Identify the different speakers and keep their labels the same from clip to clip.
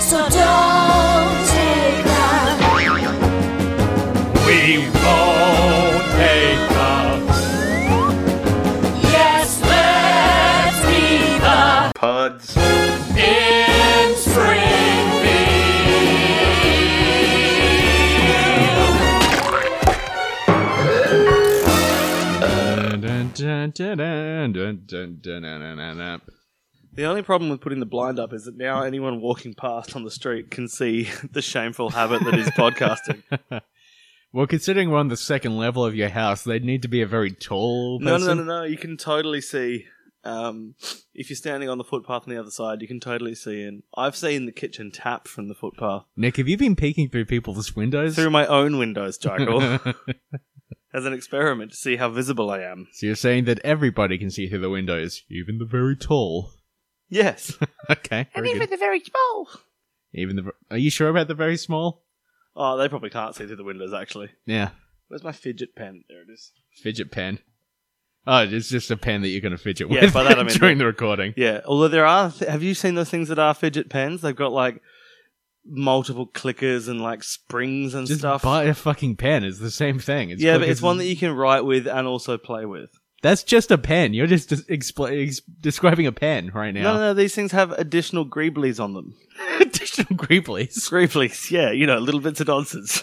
Speaker 1: So don't take that.
Speaker 2: We won't take the
Speaker 1: Yes, let's be the
Speaker 3: Pods.
Speaker 2: in Springfield.
Speaker 4: Dun-dun-dun-dun-dun-dun-dun-dun-dun-dun.
Speaker 3: The only problem with putting the blind up is that now anyone walking past on the street can see the shameful habit that is podcasting.
Speaker 4: Well, considering we're on the second level of your house, they'd need to be a very tall
Speaker 3: No,
Speaker 4: person.
Speaker 3: no, no, no, no. You can totally see. Um, if you're standing on the footpath on the other side, you can totally see in. I've seen the kitchen tap from the footpath
Speaker 4: Nick, have you been peeking through people's windows?
Speaker 3: through my own windows, Jackal, as an experiment to see how visible I am.
Speaker 4: so you're saying that everybody can see through the windows, even the very tall.
Speaker 3: Yes.
Speaker 4: Okay. very good.
Speaker 3: the very small.
Speaker 4: Even the. ver- Are you sure about the very small?
Speaker 3: Oh, they probably can't see through the windows, actually.
Speaker 4: Yeah.
Speaker 3: Where's my fidget pen? There it is.
Speaker 4: Fidget pen. Oh, it's just a pen that you're going to fidget
Speaker 3: Yeah,
Speaker 4: with
Speaker 3: by that I mean-
Speaker 4: during the recording.
Speaker 3: Yeah, although there are. Th- have you seen those things that are fidget pens? They've got like multiple clickers and like springs and
Speaker 4: Just
Speaker 3: stuff.
Speaker 4: buy a fucking pen. It's the same thing. It's
Speaker 3: yeah, but
Speaker 4: quick
Speaker 3: it's
Speaker 4: as-
Speaker 3: one that you can write with and also play with.
Speaker 4: That's just a pen. You're just des- expl- ex- describing a pen right now.
Speaker 3: No, no, no, these things have additional greeblies on them.
Speaker 4: Additional greeblies.
Speaker 3: Greeblies, yeah, you know, little bits of nonsense.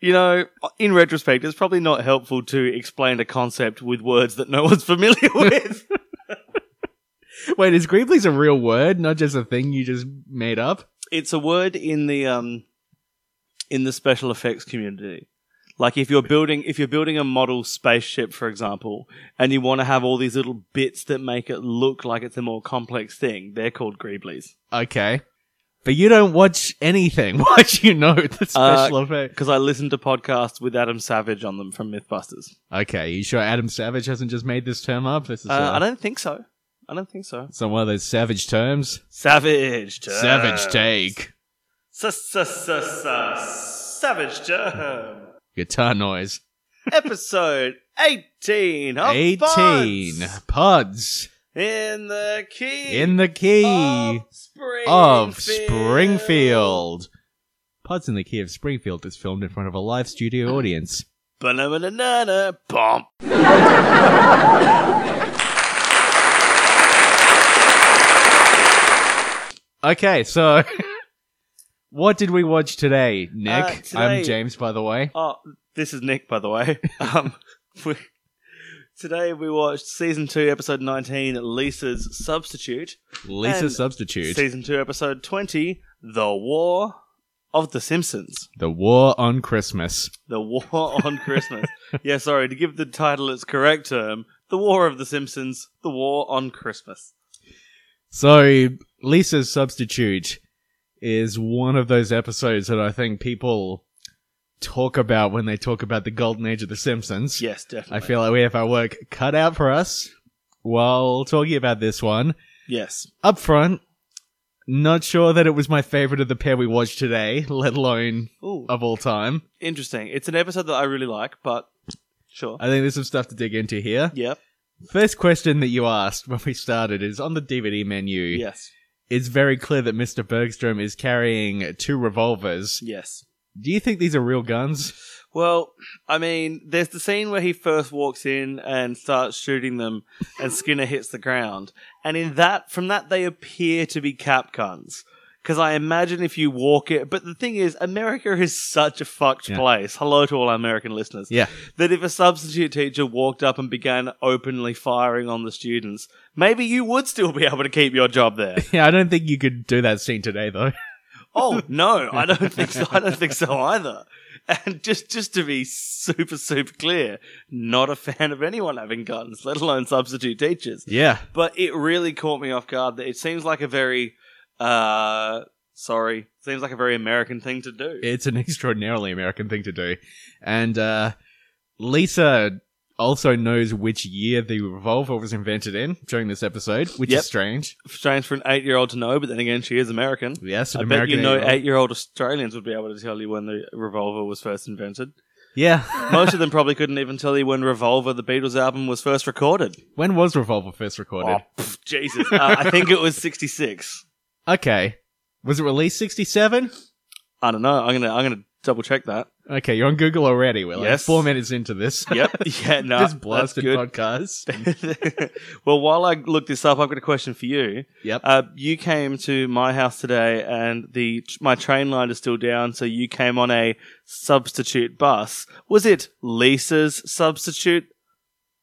Speaker 3: you know, in retrospect, it's probably not helpful to explain a concept with words that no one's familiar with.
Speaker 4: Wait, is greeblies a real word, not just a thing you just made up?
Speaker 3: it's a word in the um in the special effects community. Like if you're building if you're building a model spaceship, for example, and you want to have all these little bits that make it look like it's a more complex thing, they're called greeblies.
Speaker 4: Okay. But you don't watch anything. Why'd you know the
Speaker 3: Uh,
Speaker 4: special effect?
Speaker 3: Because I listened to podcasts with Adam Savage on them from MythBusters.
Speaker 4: Okay, you sure Adam Savage hasn't just made this term up? This is
Speaker 3: Uh,
Speaker 4: uh,
Speaker 3: I don't think so. I don't think so.
Speaker 4: some one of those savage terms.
Speaker 3: Savage. Terms.
Speaker 4: Savage take.
Speaker 3: Savage term.
Speaker 4: Guitar noise.
Speaker 3: Episode eighteen. Of
Speaker 4: 18
Speaker 3: Buds
Speaker 4: pods
Speaker 3: in the key.
Speaker 4: in the key of Springfield. Pods in the key of Springfield is filmed in front of a live studio audience.
Speaker 3: Banana bump.
Speaker 4: Okay, so what did we watch today, Nick?
Speaker 3: Uh, today-
Speaker 4: I'm James, by the way.
Speaker 3: Oh, this is Nick, by the way. Um, we, today we watched season two, episode nineteen, Lisa's substitute.
Speaker 4: Lisa
Speaker 3: and
Speaker 4: Substitute.
Speaker 3: Season two, episode twenty, The War of the Simpsons.
Speaker 4: the War on Christmas.
Speaker 3: The War on Christmas. yeah, sorry, to give the title its correct term, The War of the Simpsons, The War on Christmas.
Speaker 4: So, Lisa's Substitute is one of those episodes that I think people talk about when they talk about the golden age of The Simpsons.
Speaker 3: Yes, definitely.
Speaker 4: I feel like we have our work cut out for us while talking about this one.
Speaker 3: Yes.
Speaker 4: Up front, not sure that it was my favorite of the pair we watched today, let alone
Speaker 3: Ooh,
Speaker 4: of all time.
Speaker 3: interesting. It's an episode that I really like, but sure.
Speaker 4: I think there's some stuff to dig into here.
Speaker 3: yep.
Speaker 4: First question that you asked when we started is on the DVD menu.
Speaker 3: Yes.
Speaker 4: It's very clear that Mr. Bergstrom is carrying two revolvers.
Speaker 3: Yes.
Speaker 4: Do you think these are real guns?
Speaker 3: Well, I mean, there's the scene where he first walks in and starts shooting them, and Skinner hits the ground. And in that, from that, they appear to be cap guns. Because I imagine if you walk it, but the thing is, America is such a fucked
Speaker 4: Yeah.
Speaker 3: place. Hello to all our American listeners.
Speaker 4: Yeah.
Speaker 3: That if a substitute teacher walked up and began openly firing on the students, maybe you would still be able to keep your job there.
Speaker 4: Yeah, I don't think you could do that scene today though.
Speaker 3: Oh no, I don't think so. I don't think so either. And just just to be super super clear, not a fan of anyone having guns, let alone substitute teachers.
Speaker 4: Yeah.
Speaker 3: But it really caught me off guard that it seems like a very uh sorry, seems like a very American thing to do.
Speaker 4: It's an extraordinarily American thing to do. And uh Lisa also knows which year the revolver was invented in during this episode, which
Speaker 3: Yep.
Speaker 4: is strange.
Speaker 3: Strange for an 8-year-old to know, but then again she is American.
Speaker 4: Yes,
Speaker 3: I
Speaker 4: an
Speaker 3: bet
Speaker 4: American
Speaker 3: you know
Speaker 4: eight-year-old.
Speaker 3: 8-year-old Australians would be able to tell you when the revolver was first invented.
Speaker 4: Yeah.
Speaker 3: Most of them probably couldn't even tell you when Revolver, the Beatles album, was first recorded.
Speaker 4: When was Revolver first recorded?
Speaker 3: Oh, pff, Jesus. Uh, I think it was 66.
Speaker 4: Okay. Was it released 67?
Speaker 3: I don't know. I'm going to I'm gonna double check that.
Speaker 4: Okay, you're on Google already. We're like
Speaker 3: Yes.
Speaker 4: four minutes into this.
Speaker 3: Yep. Yeah, no.
Speaker 4: this
Speaker 3: that's
Speaker 4: blasted
Speaker 3: good.
Speaker 4: podcast.
Speaker 3: well, while I look this up, I've got a question for you.
Speaker 4: Yep.
Speaker 3: Uh, you came to my house today, and the my train line is still down, so you came on a substitute bus. Was it Lisa's substitute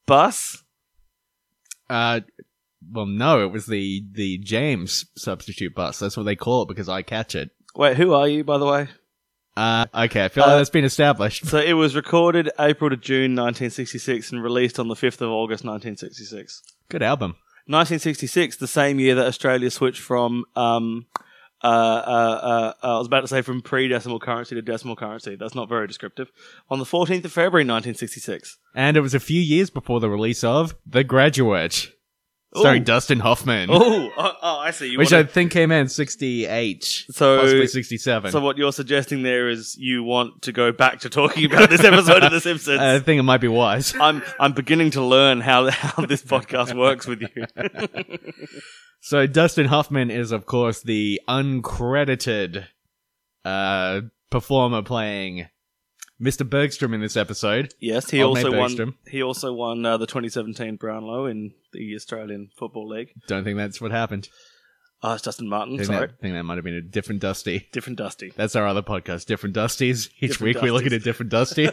Speaker 3: bus?
Speaker 4: Uh, well, no, it was the the James substitute bus. That's what they call it because I catch it.
Speaker 3: Wait, who are you, by the way?
Speaker 4: Uh, okay, I feel like
Speaker 3: Uh,
Speaker 4: that's been established.
Speaker 3: So it was recorded April to June 1966 and released on the 5th of August 1966.
Speaker 4: Good album.
Speaker 3: 1966, the same year that Australia switched from, um, uh, uh, uh, uh, I was about to say from pre decimal currency to decimal currency. That's not very descriptive. On the 14th of February 1966.
Speaker 4: And it was a few years before the release of The Graduate, starring
Speaker 3: Ooh.
Speaker 4: Dustin Hoffman,
Speaker 3: Oh, oh, oh, I see. You
Speaker 4: which I
Speaker 3: wanna-
Speaker 4: think came out in 68,
Speaker 3: So-
Speaker 4: possibly 67.
Speaker 3: so what you're suggesting there is you want to go back to talking about this episode of The Simpsons.
Speaker 4: Uh, I think it might be wise.
Speaker 3: I'm I'm beginning to learn how how this podcast works with you.
Speaker 4: So Dustin Hoffman is, of course, the uncredited uh, performer playing Mr. Bergstrom in this episode.
Speaker 3: Yes, he
Speaker 4: Old mate
Speaker 3: also won.
Speaker 4: Bergstrom.
Speaker 3: He also won uh, the 2017 Brownlow in the Australian Football League.
Speaker 4: Don't think that's what happened.
Speaker 3: Oh, it's Dustin Martin.
Speaker 4: Think
Speaker 3: Sorry,
Speaker 4: that, think that might have been a different Dusty.
Speaker 3: different Dusty.
Speaker 4: That's our other podcast, Different Dusties. Each
Speaker 3: Different
Speaker 4: week we look at a
Speaker 3: Dusties.
Speaker 4: different Dusty.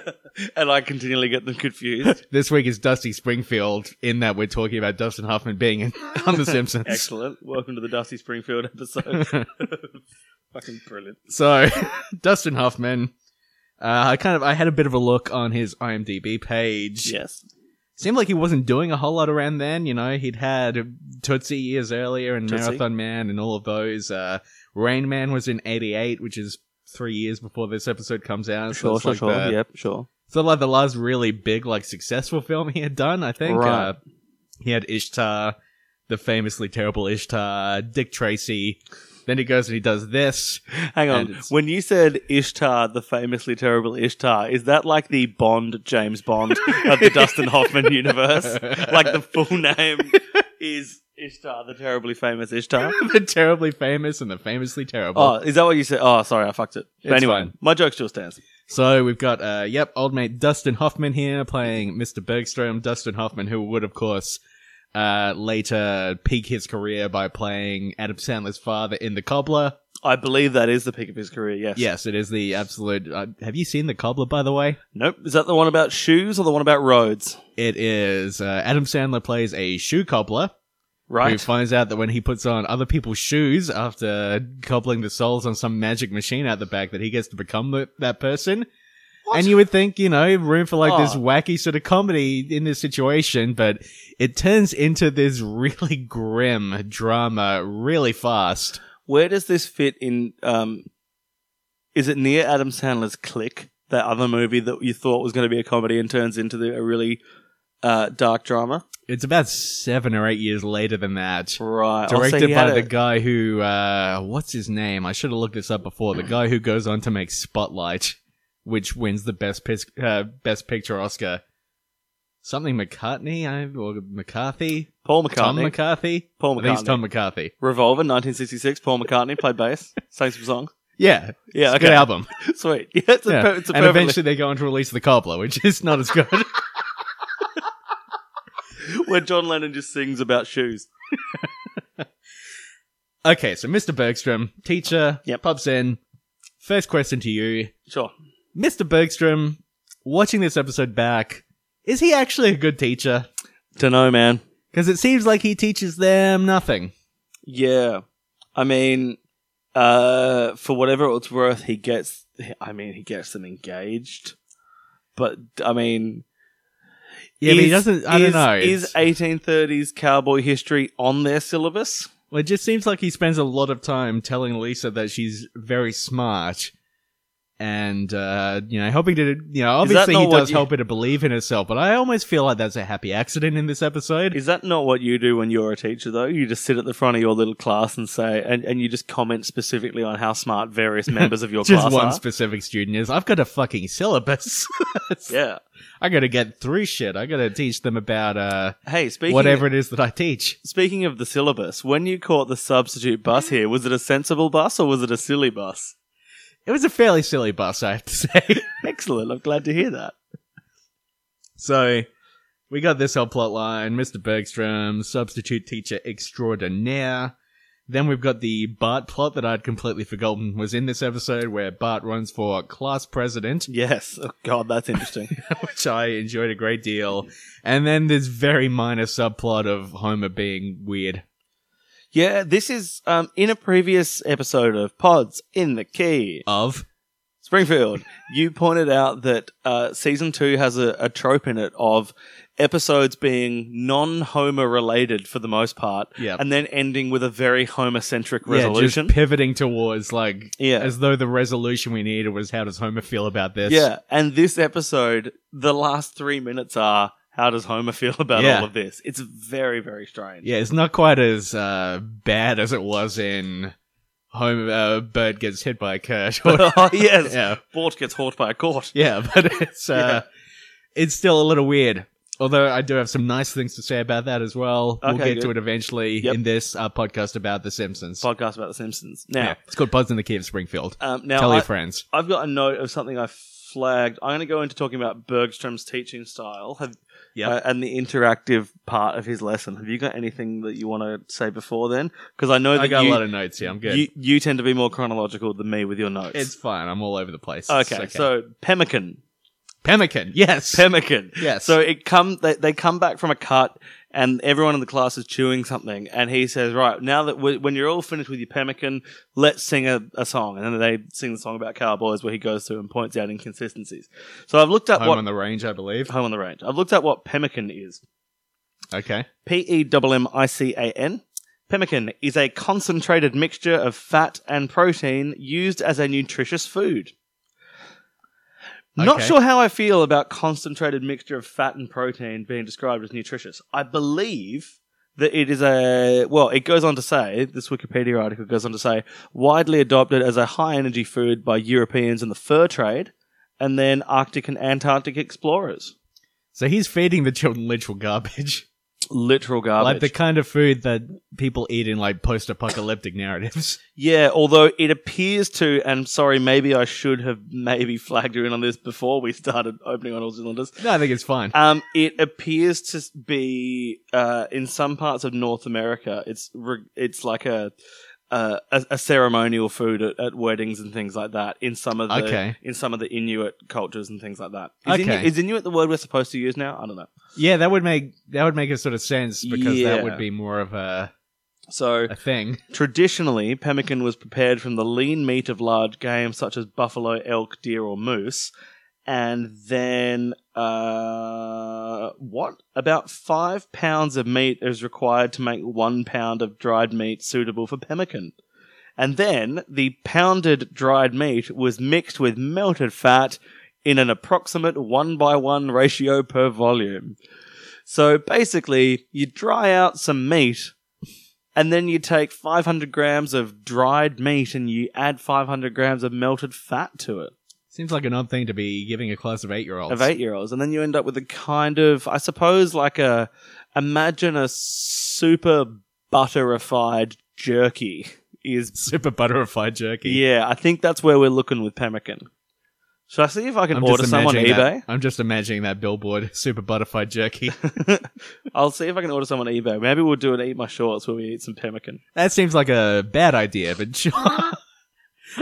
Speaker 3: And I continually get them confused.
Speaker 4: this week is Dusty Springfield, in that we're talking about Dustin Hoffman being in, on The Simpsons.
Speaker 3: Excellent. Welcome to the Dusty Springfield episode. Fucking brilliant.
Speaker 4: So, Dustin Hoffman. Uh, I kind of I had a bit of a look on his IMDb page.
Speaker 3: Yes.
Speaker 4: seemed like he wasn't doing a whole lot around then. You know, he'd had Tootsie years earlier and
Speaker 3: Tootsie.
Speaker 4: Marathon Man and all of those. Uh, Rain Man was in '88, which is three years before this episode comes out. So it's like the,
Speaker 3: Yep. Sure.
Speaker 4: So like the last really big, like successful film he had done, I think.
Speaker 3: Right.
Speaker 4: Uh, he had Ishtar, the famously terrible Ishtar, Dick Tracy. Then he goes and he does this.
Speaker 3: Hang
Speaker 4: And
Speaker 3: on.
Speaker 4: it's-
Speaker 3: When you said Ishtar, the famously terrible Ishtar, is that like the Bond James Bond of the Dustin Hoffman universe? Like the full name is Ishtar, the terribly famous Ishtar.
Speaker 4: the terribly famous and the famously terrible.
Speaker 3: Oh, is that what you said? Oh, sorry, I fucked it. But
Speaker 4: It's
Speaker 3: anyway,
Speaker 4: fine.
Speaker 3: my joke still stands.
Speaker 4: So we've got, uh, yep, old mate Dustin Hoffman here playing Mr. Bergstrom. Dustin Hoffman, who would, of course, uh, later peak his career by playing Adam Sandler's father in The Cobbler.
Speaker 3: I believe that is the peak of his career. Yes.
Speaker 4: Yes, it is the absolute. Uh, have you seen The Cobbler, by the way?
Speaker 3: Nope. Is that the one about shoes or the one about roads?
Speaker 4: It is uh, Adam Sandler plays a shoe cobbler who
Speaker 3: Right.
Speaker 4: finds out that when he puts on other people's shoes after cobbling the soles on some magic machine out the back, that he gets to become the, that person. And you would think, you know, room for like this
Speaker 3: Oh.
Speaker 4: wacky sort of comedy in this situation, but it turns into this really grim drama really fast.
Speaker 3: Where does this fit in? Um, is it near Adam Sandler's Click, that other movie that you thought was going to be a comedy and turns into the, a really uh, dark drama?
Speaker 4: It's about seven or eight years later than that.
Speaker 3: Right. I'll say
Speaker 4: Directed
Speaker 3: he had
Speaker 4: by the
Speaker 3: a-
Speaker 4: guy who, uh, what's his name? I should have looked this up before. The guy who goes on to make Spotlight, which wins the best pis- uh, best picture Oscar. Something McCartney I, or McCarthy,
Speaker 3: Paul McCartney.
Speaker 4: Tom McCarthy,
Speaker 3: Paul
Speaker 4: I think it's
Speaker 3: McCartney.
Speaker 4: Tom McCarthy.
Speaker 3: Revolver, 1966. Paul McCartney played bass, sang some songs.
Speaker 4: Yeah,
Speaker 3: Yeah,
Speaker 4: it's a
Speaker 3: okay.
Speaker 4: good album.
Speaker 3: Sweet. Yeah, it's a,
Speaker 4: Yeah.
Speaker 3: per- it's a
Speaker 4: and
Speaker 3: perfectly-
Speaker 4: eventually they go on to release The Cobbler, which is not as good.
Speaker 3: where John Lennon just sings about shoes.
Speaker 4: okay, so Mr. Bergstrom, teacher,
Speaker 3: Yep.
Speaker 4: pops in. First question to you:
Speaker 3: Sure.
Speaker 4: Mr. Bergstrom, watching this episode back, is he actually a good teacher?
Speaker 3: Dunno, man.
Speaker 4: Because it seems like he teaches them nothing.
Speaker 3: Yeah. I mean, uh, for whatever it's worth, he gets, I mean, he gets them engaged. But, I mean,
Speaker 4: Yeah, but he
Speaker 3: is-
Speaker 4: doesn't. I
Speaker 3: is-
Speaker 4: don't know.
Speaker 3: Is
Speaker 4: It's-
Speaker 3: 1830s cowboy history on their syllabus?
Speaker 4: well, it just seems like he spends a lot of time telling Lisa that she's very smart, and uh, you know, helping to you know,
Speaker 3: Is that
Speaker 4: obviously he
Speaker 3: not what
Speaker 4: does
Speaker 3: you-
Speaker 4: help her to believe in herself. But I almost feel like that's a happy accident in this episode.
Speaker 3: Is that not what you do when you're a teacher, though? You just sit at the front of your little class and say, and, and you just comment specifically on how smart various members of your
Speaker 4: Just
Speaker 3: class
Speaker 4: one
Speaker 3: are.
Speaker 4: specific student is. I've got a fucking syllabus.
Speaker 3: yeah.
Speaker 4: I got to get through shit. I got to teach them about uh,
Speaker 3: Hey, speaking
Speaker 4: whatever it is that I teach.
Speaker 3: speaking of the syllabus, when you caught the substitute bus here, was it a sensible bus or was it a silly bus?
Speaker 4: It was a fairly silly bus, I have to say.
Speaker 3: Excellent. I'm glad to hear that.
Speaker 4: so we got this whole plot line Mr. Bergstrom, substitute teacher extraordinaire. Then we've got the Bart plot that I'd completely forgotten was in this episode where Bart runs for class president,
Speaker 3: Yes. Oh, God, that's interesting.
Speaker 4: which I enjoyed a great deal. And then this very minor subplot of Homer being weird.
Speaker 3: yeah, this is um, in a previous episode of Pods in the Key.
Speaker 4: Of?
Speaker 3: Springfield, you pointed out that uh, season two has a, a trope in it of episodes being non Homer related for the most part,
Speaker 4: Yeah.
Speaker 3: and then ending with a very Homer centric resolution.
Speaker 4: Yeah, just pivoting towards like
Speaker 3: Yeah.
Speaker 4: as though the resolution we needed was how does Homer feel about this?
Speaker 3: Yeah, and this episode, the last three minutes are how does Homer feel about
Speaker 4: Yeah.
Speaker 3: all of this? It's very, very strange.
Speaker 4: Yeah, it's not quite as uh, bad as it was in Homer uh, Bird gets hit by a Kurt. Or,
Speaker 3: oh, yes.
Speaker 4: yeah.
Speaker 3: Bort gets hauled by a court.
Speaker 4: Yeah, but it's uh, it's still a little weird. Although I do have some nice things to say about that as well. we'll
Speaker 3: Okay,
Speaker 4: get
Speaker 3: good.
Speaker 4: to it eventually
Speaker 3: Yep.
Speaker 4: in this uh, podcast about The Simpsons.
Speaker 3: Podcast about The Simpsons. Now,
Speaker 4: yeah, it's called Buzz in the Key of Springfield.
Speaker 3: um, now
Speaker 4: Tell
Speaker 3: I,
Speaker 4: your friends.
Speaker 3: I've got a note of something I flagged. I'm going to go into talking about Bergstrom's teaching style have,
Speaker 4: Yep.
Speaker 3: uh, and the interactive part of his lesson. Have you got anything that you want to say before then? Because I know that
Speaker 4: I got
Speaker 3: you,
Speaker 4: a lot of notes here. I'm good.
Speaker 3: you you tend to be more chronological than me with your notes.
Speaker 4: it's fine. I'm all over the place. It's
Speaker 3: okay, so pemmican,
Speaker 4: pemmican. Yes.
Speaker 3: pemmican.
Speaker 4: Yes.
Speaker 3: So it come they, they come back from a cut, and everyone in the class is chewing something, and he says, "Right now that we when you're all finished with your pemmican, let's sing a, a song." And then they sing the song about cowboys, where he goes through and points out inconsistencies. So I've looked up
Speaker 4: Home
Speaker 3: what
Speaker 4: on the range, I believe.
Speaker 3: home on the range. I've looked at what pemmican is.
Speaker 4: Okay.
Speaker 3: P E M M I C A N. Pemmican is a concentrated mixture of fat and protein used as a nutritious food. Not
Speaker 4: Okay.
Speaker 3: sure how I feel about concentrated mixture of fat and protein being described as nutritious. I believe that it is a well, it goes on to say, this Wikipedia article goes on to say, widely adopted as a high energy food by Europeans in the fur trade and then Arctic and Antarctic explorers.
Speaker 4: So he's feeding the children literal garbage.
Speaker 3: Literal garbage.
Speaker 4: Like the kind of food that people eat in like post apocalyptic narratives.
Speaker 3: Yeah, although it appears to, and sorry, maybe I should have maybe flagged you in on this before we started opening on all cylinders.
Speaker 4: No, I think it's fine.
Speaker 3: Um, it appears to be uh, in some parts of North America. It's re- it's like a, uh, a a ceremonial food at, at weddings and things like that. In some of the
Speaker 4: Okay.
Speaker 3: in some of the Inuit cultures and things like that. Is,
Speaker 4: Okay.
Speaker 3: Inuit, is Inuit the word we're supposed to use now? I don't know.
Speaker 4: yeah, that would make that would make a sort of sense because
Speaker 3: Yeah.
Speaker 4: that would be more of a,
Speaker 3: So
Speaker 4: a thing.
Speaker 3: Traditionally, pemmican was prepared from the lean meat of large game such as buffalo, elk, deer, or moose, and then uh, what? About five pounds of meat is required to make one pound of dried meat suitable for pemmican. And then the pounded dried meat was mixed with melted fat in an approximate one by one ratio per volume. So basically, you dry out some meat and then you take 500 grams of dried meat and you add 500 grams of melted fat to it
Speaker 4: Seems like an odd thing to be giving a class of eight year olds.
Speaker 3: of eight year olds. And then you end up with a kind of, I suppose, like a, imagine a super butterified jerky is.
Speaker 4: Super butterified jerky.
Speaker 3: Yeah, I think that's where we're looking with pemmican. Should I see if I can
Speaker 4: I'm
Speaker 3: order
Speaker 4: just
Speaker 3: some on
Speaker 4: imagining
Speaker 3: eBay?
Speaker 4: that- I'm just imagining that billboard, super butterfly jerky.
Speaker 3: I'll see if I can order some on eBay. Maybe we'll do an Eat My Shorts where we eat some pemmican.
Speaker 4: that seems like a bad idea, but sure.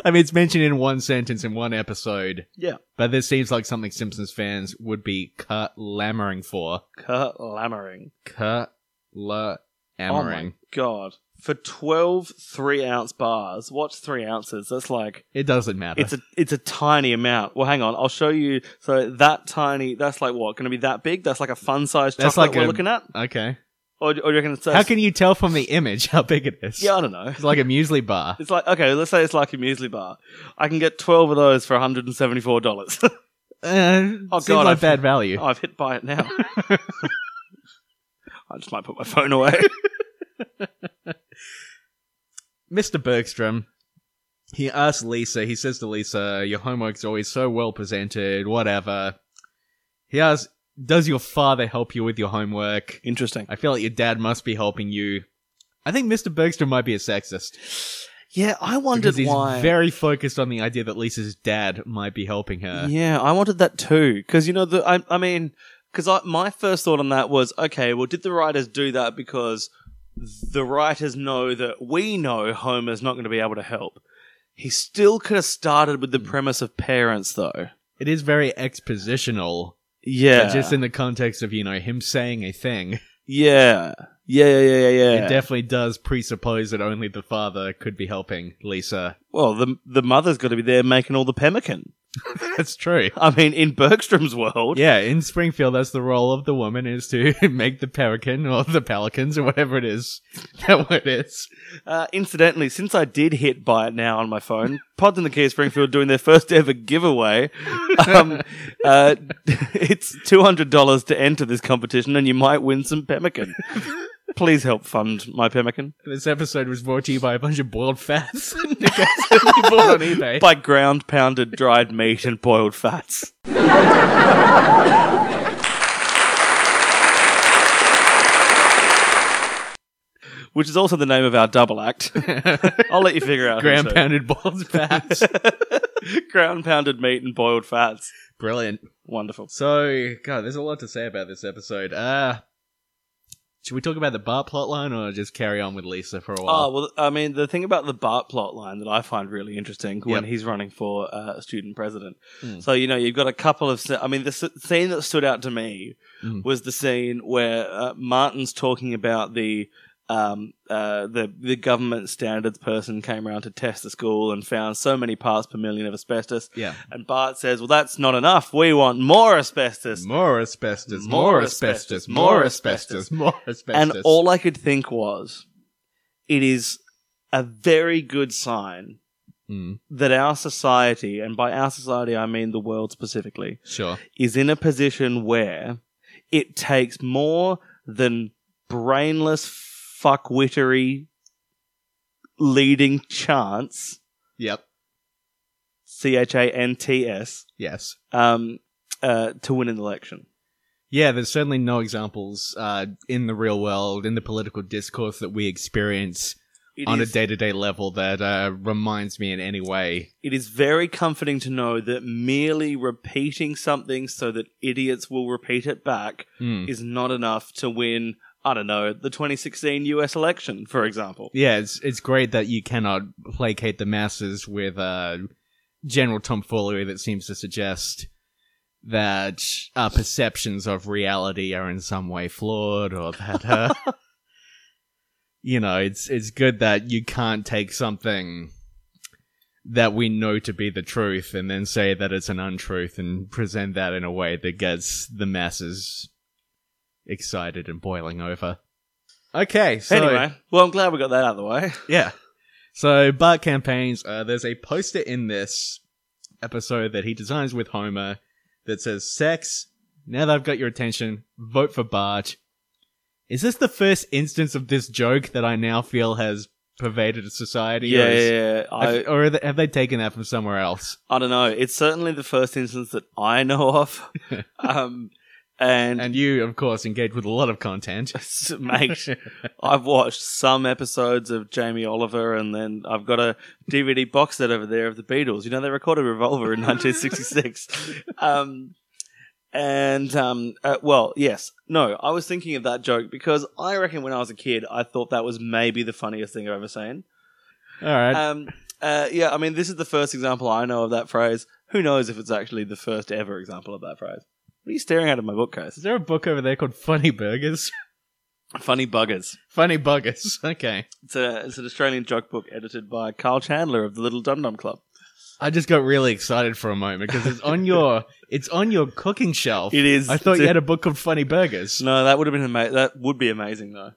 Speaker 4: I mean, it's mentioned in one sentence in one episode,
Speaker 3: Yeah.
Speaker 4: But this seems like something Simpsons fans would be clamoring for.
Speaker 3: Kurt Lammering. Oh my
Speaker 4: Clamoring.
Speaker 3: god. For 12 3 ounce bars, what's 3 ounces? That's like
Speaker 4: it doesn't matter.
Speaker 3: it's a it's a tiny amount. Well, hang on, I'll show you. So that tiny, that's like what? Going to be that big? That's like a fun size chocolate
Speaker 4: That's like
Speaker 3: we're
Speaker 4: a-
Speaker 3: looking at.
Speaker 4: okay.
Speaker 3: Or, or do you reckon it's
Speaker 4: How can you tell from the image how big it is?
Speaker 3: Yeah, I don't know.
Speaker 4: It's like a muesli bar.
Speaker 3: It's like okay, let's say it's like a muesli bar. I can get twelve of those for one hundred and seventy-four dollars.
Speaker 4: Uh,
Speaker 3: Oh,
Speaker 4: seems
Speaker 3: God,
Speaker 4: like
Speaker 3: I- Oh.
Speaker 4: bad value.
Speaker 3: I've hit buy it now. I just might put my phone away.
Speaker 4: Mr. Bergstrom, he asks Lisa, he says to Lisa, Your homework's always so well presented, whatever. He asks, Does your father help you with your homework?
Speaker 3: Interesting.
Speaker 4: I feel like your dad must be helping you. I think Mr. Bergstrom might be a sexist.
Speaker 3: Yeah, I wondered
Speaker 4: Because he's
Speaker 3: why.
Speaker 4: very focused on the idea that Lisa's dad might be helping her.
Speaker 3: yeah, I wanted that too because you know the I, I mean because my first thought on that was okay, well, did the writers do that because the writers know that we know Homer's not going to be able to help. He still could have started with the premise of parents though.
Speaker 4: It is very expositional,
Speaker 3: Yeah,
Speaker 4: but just in the context of, you know, him saying a thing.
Speaker 3: yeah, yeah, yeah, yeah, yeah.
Speaker 4: It definitely does presuppose that only the father could be helping Lisa.
Speaker 3: well, the the mother's got to be there making all the pemmican.
Speaker 4: That's true.
Speaker 3: I mean, in Bergstrom's world,
Speaker 4: Yeah, in Springfield, that's the role of the woman is to make the pelican or the pelicans or whatever it is that word is.
Speaker 3: Uh, incidentally, since I did hit buy it now on my phone, Pods in the Key of Springfield doing their first ever giveaway. Um, uh, it's two hundred dollars to enter this competition, and you might win some pemmican. Please help fund my pemmican
Speaker 4: This episode was brought to you by a bunch of boiled fats that we bought on eBay.
Speaker 3: by ground pounded dried meat and boiled fats. Which is also the name of our double act. I'll let you figure out. who
Speaker 4: Ground
Speaker 3: said it.
Speaker 4: pounded boiled fats.
Speaker 3: ground pounded meat and boiled fats.
Speaker 4: Brilliant.
Speaker 3: Wonderful.
Speaker 4: So, God, there's a lot to say about this episode. Uh, should we talk about the bar plot line or just carry on with Lisa for a
Speaker 3: Oh
Speaker 4: while?
Speaker 3: well, I mean, the thing about the Bart plot line that I find really interesting when he's running for uh, student president.
Speaker 4: Mm.
Speaker 3: So you know, you've got a couple of. sce- I mean, the s- scene that stood out to me
Speaker 4: Mm.
Speaker 3: was the scene where uh, Martin's talking about the. Um, uh, the the government standards person came around to test the school and found so many parts per million of asbestos.
Speaker 4: yeah.
Speaker 3: And Bart says, "Well, that's not enough. We want more asbestos."
Speaker 4: More asbestos,
Speaker 3: More
Speaker 4: more, asbestos,
Speaker 3: asbestos, more
Speaker 4: more asbestos,
Speaker 3: asbestos.
Speaker 4: more asbestos.
Speaker 3: And all I could think was, it is a very good sign
Speaker 4: Mm,
Speaker 3: that our society, and by our society I mean the world specifically,
Speaker 4: sure.
Speaker 3: is in a position where it takes more than brainless fuckwittery leading chance,
Speaker 4: Yep.
Speaker 3: C H A N T S,
Speaker 4: Yes.
Speaker 3: um, uh, to win an election.
Speaker 4: Yeah, there's certainly no examples uh, in the real world, in the political discourse that we experience
Speaker 3: It
Speaker 4: on
Speaker 3: is-
Speaker 4: a day to day level that uh, reminds me in any way.
Speaker 3: It is very comforting to know that merely repeating something so that idiots will repeat it back
Speaker 4: Mm.
Speaker 3: is not enough to win, I don't know, the 2016 US election, for example.
Speaker 4: Yeah, it's it's great that you cannot placate the masses with uh, general tomfoolery that seems to suggest that our perceptions of reality are in some way flawed, or that uh, you know, it's it's good that you can't take something that we know to be the truth and then say that it's an untruth and present that in a way that gets the masses excited and boiling over. Okay, so
Speaker 3: anyway, well, I'm glad we got that out of the way.
Speaker 4: yeah. So Bart campaigns. Uh, there's a poster in this episode that he designs with Homer that says "Sex." Now that I've got your attention, vote for Bart. Is this the first instance of this joke that I now feel has pervaded society? or
Speaker 3: Yeah,
Speaker 4: is-
Speaker 3: yeah, yeah. I,
Speaker 4: I've- or are they- have they taken that from somewhere else?
Speaker 3: I don't know. It's certainly the first instance that I know of. um, and,
Speaker 4: And you, of course, engage with a lot of content.
Speaker 3: mate, I've watched some episodes of Jamie Oliver, and then I've got a DVD box set over there of the Beatles. You know, they recorded Revolver in 1966. um, and, um, uh, well, yes. No, I was thinking of that joke because I reckon when I was a kid, I thought that was maybe the funniest thing I've ever seen.
Speaker 4: All right.
Speaker 3: Um, uh, yeah, I mean, this is the first example I know of that phrase. Who knows if it's actually the first ever example of that phrase? What are you staring at in my
Speaker 4: is
Speaker 3: bookcase?
Speaker 4: there a book over there called Funny Burgers?
Speaker 3: Funny buggers.
Speaker 4: Funny Buggers. Okay.
Speaker 3: It's, a, it's an Australian joke book edited by Carl Chandler of the Little Dum Dum Club.
Speaker 4: I just got really excited for a moment because it's on your it's on your cooking shelf.
Speaker 3: It is.
Speaker 4: I thought
Speaker 3: It's a-
Speaker 4: you had a book called Funny Burgers.
Speaker 3: No, that would have been ama- that would be amazing though.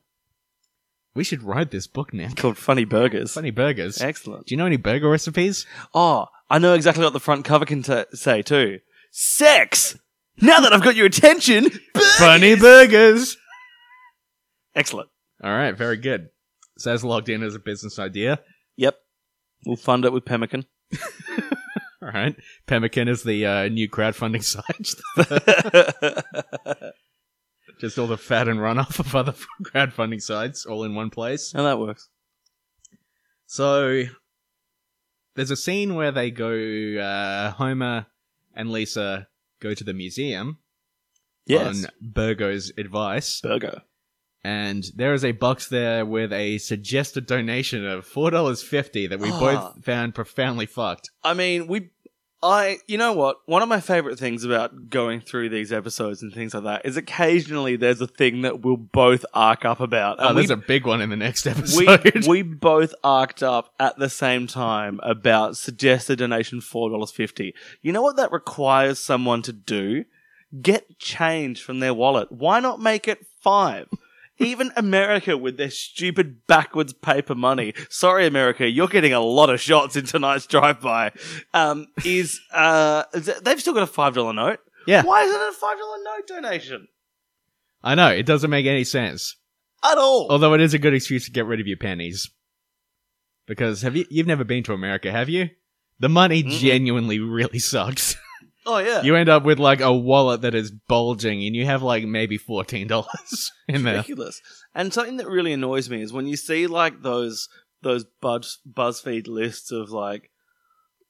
Speaker 4: We should write this book now.
Speaker 3: Called Funny Burgers.
Speaker 4: Funny Burgers.
Speaker 3: Excellent.
Speaker 4: Do you know any burger recipes?
Speaker 3: Oh, I know exactly what the front cover can t- say too. Sex. Now that I've got your attention,
Speaker 4: Funny burgers.
Speaker 3: excellent.
Speaker 4: All right, very good. So that's logged in as a business idea.
Speaker 3: Yep, we'll fund it with pemmican.
Speaker 4: All right, Pemmican is the uh, new crowdfunding site.
Speaker 3: and
Speaker 4: Just all the fat and runoff of other crowdfunding sites, all in one place.
Speaker 3: that works.
Speaker 4: Oh, So there's a scene where they go. Uh, Homer and Lisa go to the museum
Speaker 3: Yes,
Speaker 4: on Burgo's advice,
Speaker 3: burger.
Speaker 4: and there is a box there with a suggested donation of four dollars fifty that we
Speaker 3: Ah.
Speaker 4: both found profoundly fucked.
Speaker 3: I mean, we. I, you know what? One of my favorite things about going through these episodes and things like that is occasionally there's a thing that we'll both arc up about. And
Speaker 4: Oh,
Speaker 3: Uh, we
Speaker 4: there's a big one in the next
Speaker 3: we,
Speaker 4: episode.
Speaker 3: we both arced up at the same time about suggested donation $4.50. You know what that requires someone to do? Get change from their wallet. Why not make it five? Even America with their stupid backwards paper money. Sorry, America, you're getting a lot of shots in tonight's drive-by. Um, is uh, is- they've still got a five dollar note.
Speaker 4: Yeah.
Speaker 3: Why isn't it a five dollar note donation
Speaker 4: I know it doesn't make any sense.
Speaker 3: at all?
Speaker 4: Although it is a good excuse to get rid of your pennies. Because have you you've never been to America, have you? The money
Speaker 3: Mm-mm.
Speaker 4: genuinely really sucks.
Speaker 3: oh yeah.
Speaker 4: you end up with like a wallet that is bulging and you have like maybe fourteen dollars in there.
Speaker 3: ridiculous. And something that really annoys me is when you see like those those Buzz, BuzzFeed lists of like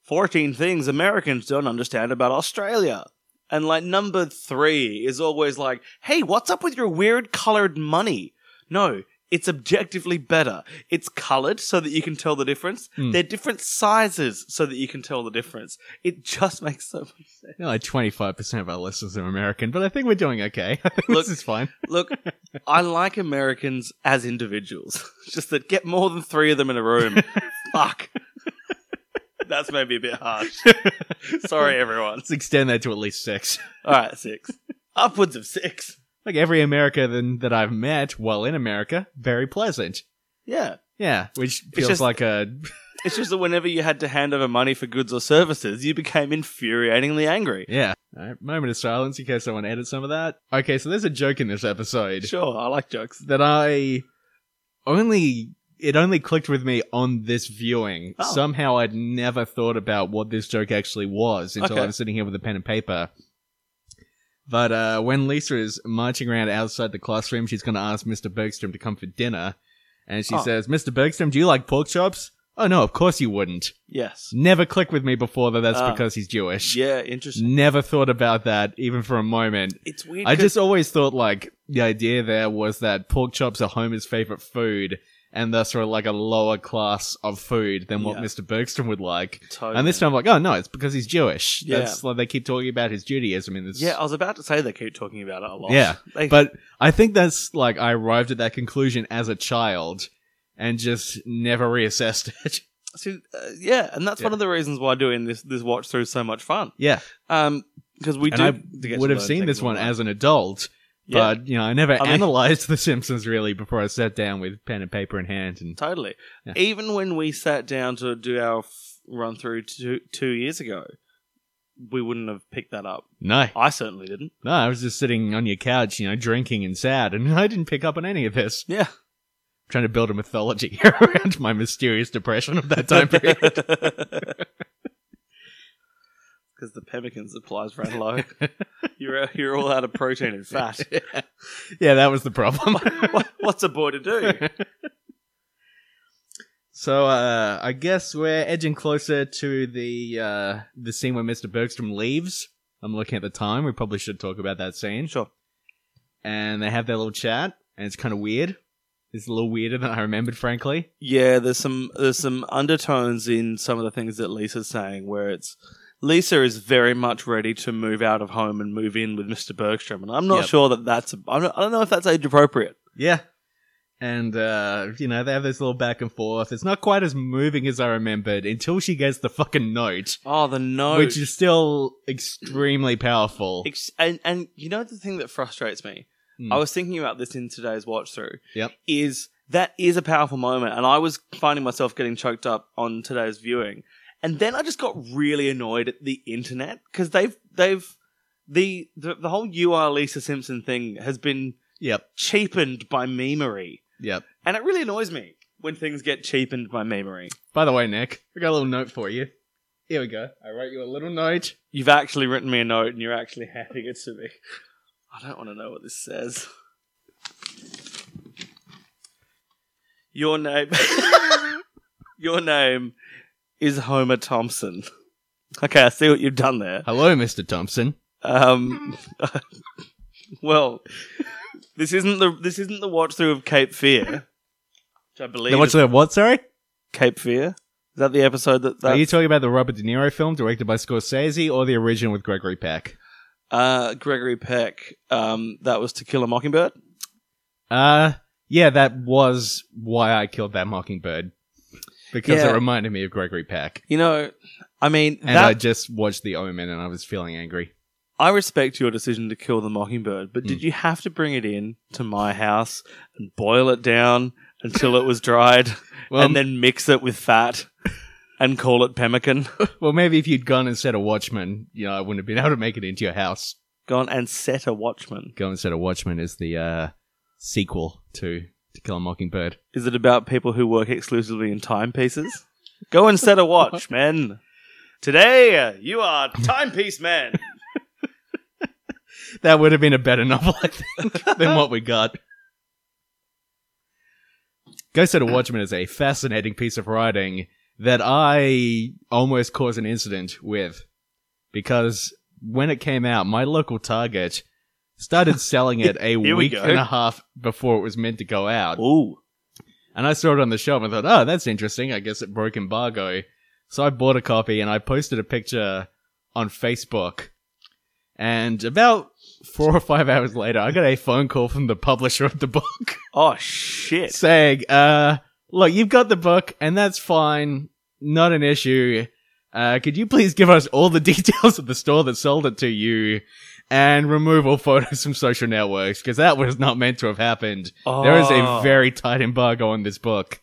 Speaker 3: fourteen things Americans don't understand about Australia, and like number three is always like, "Hey, what's up with your weird colored money?" No. It's objectively better. It's colored so that you can tell the difference.
Speaker 4: Mm.
Speaker 3: They're different sizes so that you can tell the difference. It just makes so much sense.
Speaker 4: You know, like twenty five percent of our listeners are American, but I think we're doing okay. I think
Speaker 3: Look-
Speaker 4: this is fine.
Speaker 3: Look, I like Americans as individuals. It's Just that get more than three of them in a room. Fuck. That's maybe a bit harsh. Sorry, everyone.
Speaker 4: Let's extend that to at least six.
Speaker 3: All right, six. Upwards of six.
Speaker 4: Like every American that I've met while in America, very pleasant.
Speaker 3: Yeah.
Speaker 4: Yeah, which feels
Speaker 3: just-
Speaker 4: like a
Speaker 3: It's just that whenever you had to hand over money for goods or services, you became infuriatingly angry.
Speaker 4: Yeah. All right, moment of silence in case someone edits some of that. Okay, so there's a joke in this episode
Speaker 3: Sure, I like jokes.
Speaker 4: that I only it only clicked with me on this viewing.
Speaker 3: Oh.
Speaker 4: Somehow I'd never thought about what this joke actually was until
Speaker 3: Okay.
Speaker 4: I was sitting here with a pen and paper. But uh, when Lisa is marching around outside the classroom, she's going to ask Mr. Bergstrom to come for dinner, and she
Speaker 3: Oh.
Speaker 4: says, "Mr. Bergstrom, do you like pork chops?" Oh no, of course you wouldn't.
Speaker 3: Yes.
Speaker 4: Never clicked with me before that. That's
Speaker 3: Ah.
Speaker 4: because he's Jewish.
Speaker 3: Yeah, interesting.
Speaker 4: Never thought about that even for a moment.
Speaker 3: It's weird.
Speaker 4: I
Speaker 3: 'cause-
Speaker 4: just always thought like the idea there was that pork chops are Homer's favorite food and thus are like a lower class of food than what
Speaker 3: Yeah.
Speaker 4: Mr. Bergstrom would like.
Speaker 3: Totally.
Speaker 4: And this time I'm like, oh no, it's because he's Jewish.
Speaker 3: Yeah.
Speaker 4: That's like they keep talking about his Judaism in this.
Speaker 3: Yeah, I was about to say they keep talking about it a lot.
Speaker 4: Yeah,
Speaker 3: They-
Speaker 4: But I think that's like I arrived at that conclusion as a child and just never reassessed it.
Speaker 3: See, uh, yeah, and that's
Speaker 4: Yeah.
Speaker 3: one of the reasons why doing this this watch through is so much fun.
Speaker 4: yeah.
Speaker 3: Um, because we
Speaker 4: And
Speaker 3: do
Speaker 4: I
Speaker 3: to get
Speaker 4: would
Speaker 3: to
Speaker 4: have
Speaker 3: learn
Speaker 4: seen
Speaker 3: things
Speaker 4: this one
Speaker 3: online.
Speaker 4: as an adult,
Speaker 3: yeah,
Speaker 4: but you know, I never
Speaker 3: mean-
Speaker 4: analyzed The Simpsons really before I sat down with pen and paper in hand and
Speaker 3: totally.
Speaker 4: Yeah.
Speaker 3: Even when we sat down to do our f- run through two, two years ago, we wouldn't have picked that up.
Speaker 4: no.
Speaker 3: I certainly didn't.
Speaker 4: No, I was just sitting on your couch, you know, drinking and sad, and I didn't pick up on any of this.
Speaker 3: Yeah,
Speaker 4: trying to build a mythology around my mysterious depression of that time period.
Speaker 3: because the pemmican supplies ran low. you're you're all out of protein and fat.
Speaker 4: yeah, that was the problem.
Speaker 3: what, what's a boy to do?
Speaker 4: so uh, I guess we're edging closer to the uh, the scene where Mr. Bergstrom leaves. I'm looking at the time. We probably should talk about that scene.
Speaker 3: Sure.
Speaker 4: And they have their little chat, and it's kind of weird. It's a little weirder than I remembered, frankly.
Speaker 3: Yeah, there's some there's some undertones in some of the things that Lisa's saying where it's Lisa is very much ready to move out of home and move in with Mr. Bergstrom, and I'm not
Speaker 4: Yep.
Speaker 3: sure that that's I don't I don't know if that's age appropriate.
Speaker 4: Yeah. And uh, you know, they have this little back and forth. It's not quite as moving as I remembered until she gets the fucking note.
Speaker 3: Oh, the note.
Speaker 4: Which is still extremely powerful.
Speaker 3: Ex- and and you know the thing that frustrates me.
Speaker 4: Mm.
Speaker 3: I was thinking about this in today's watch through.
Speaker 4: Yep.
Speaker 3: Is that is a powerful moment, and I was finding myself getting choked up on today's viewing, and then I just got really annoyed at the internet because they've they've the, the the whole you are Lisa Simpson thing has been
Speaker 4: Yep,
Speaker 3: cheapened by memery,
Speaker 4: yep.
Speaker 3: and it really annoys me when things get cheapened by memery.
Speaker 4: By the way, Nick, I got a little note for you. Here we go. I wrote you a little note.
Speaker 3: You've actually written me a note, and you're actually handing it to me. I don't want to know what this says. Your name. Your name is Homer Thompson. Okay, I see what you've done there.
Speaker 4: Hello, Mr. Thompson.
Speaker 3: Um, well, this isn't the this isn't the watch through of Cape Fear, which I believe
Speaker 4: Then what's
Speaker 3: is
Speaker 4: that? What? Sorry?
Speaker 3: Cape Fear. Is that the episode that
Speaker 4: Are you
Speaker 3: that
Speaker 4: talking about the Robert De Niro film directed by Scorsese or the original with Gregory Peck?
Speaker 3: uh, Gregory Peck? Um, that was To Kill a Mockingbird.
Speaker 4: Uh, yeah, that was why I killed that mockingbird. Because
Speaker 3: Yeah.
Speaker 4: it reminded me of Gregory Peck.
Speaker 3: You know, I mean,
Speaker 4: And
Speaker 3: that,
Speaker 4: I just watched The Omen and I was feeling angry.
Speaker 3: I respect your decision to kill the mockingbird, but
Speaker 4: Mm.
Speaker 3: did you have to bring it in to my house and boil it down until it was dried
Speaker 4: Well,
Speaker 3: and then mix it with fat and call it pemmican?
Speaker 4: well, maybe if you'd gone instead of Watchmen, you know, I wouldn't have been able to make it into your house.
Speaker 3: Gone and set a watchman.
Speaker 4: Go instead of Watchmen is the uh, sequel to To Kill a Mockingbird.
Speaker 3: Is it about people who work exclusively in timepieces? Go and set a watch, men. Today, you are timepiece men.
Speaker 4: That would have been a better novel, I think, than what we got. Ghost of Watchmen is a fascinating piece of writing that I almost caused an incident with because when it came out, my local Target started selling it a
Speaker 3: we
Speaker 4: week
Speaker 3: go.
Speaker 4: and a half before it was meant to go out.
Speaker 3: Ooh.
Speaker 4: And I saw it on the shelf and thought, oh, that's interesting. I guess it broke embargo. So I bought a copy and I posted a picture on Facebook. And about four or five hours later, I got a phone call from the publisher of the book
Speaker 3: Oh, shit.
Speaker 4: saying, uh, look, you've got the book and that's fine. Not an issue. Uh, could you please give us all the details of the store that sold it to you and remove all photos from social networks? Cause that was not meant to have happened. There is a
Speaker 3: Oh.
Speaker 4: very tight embargo on this book.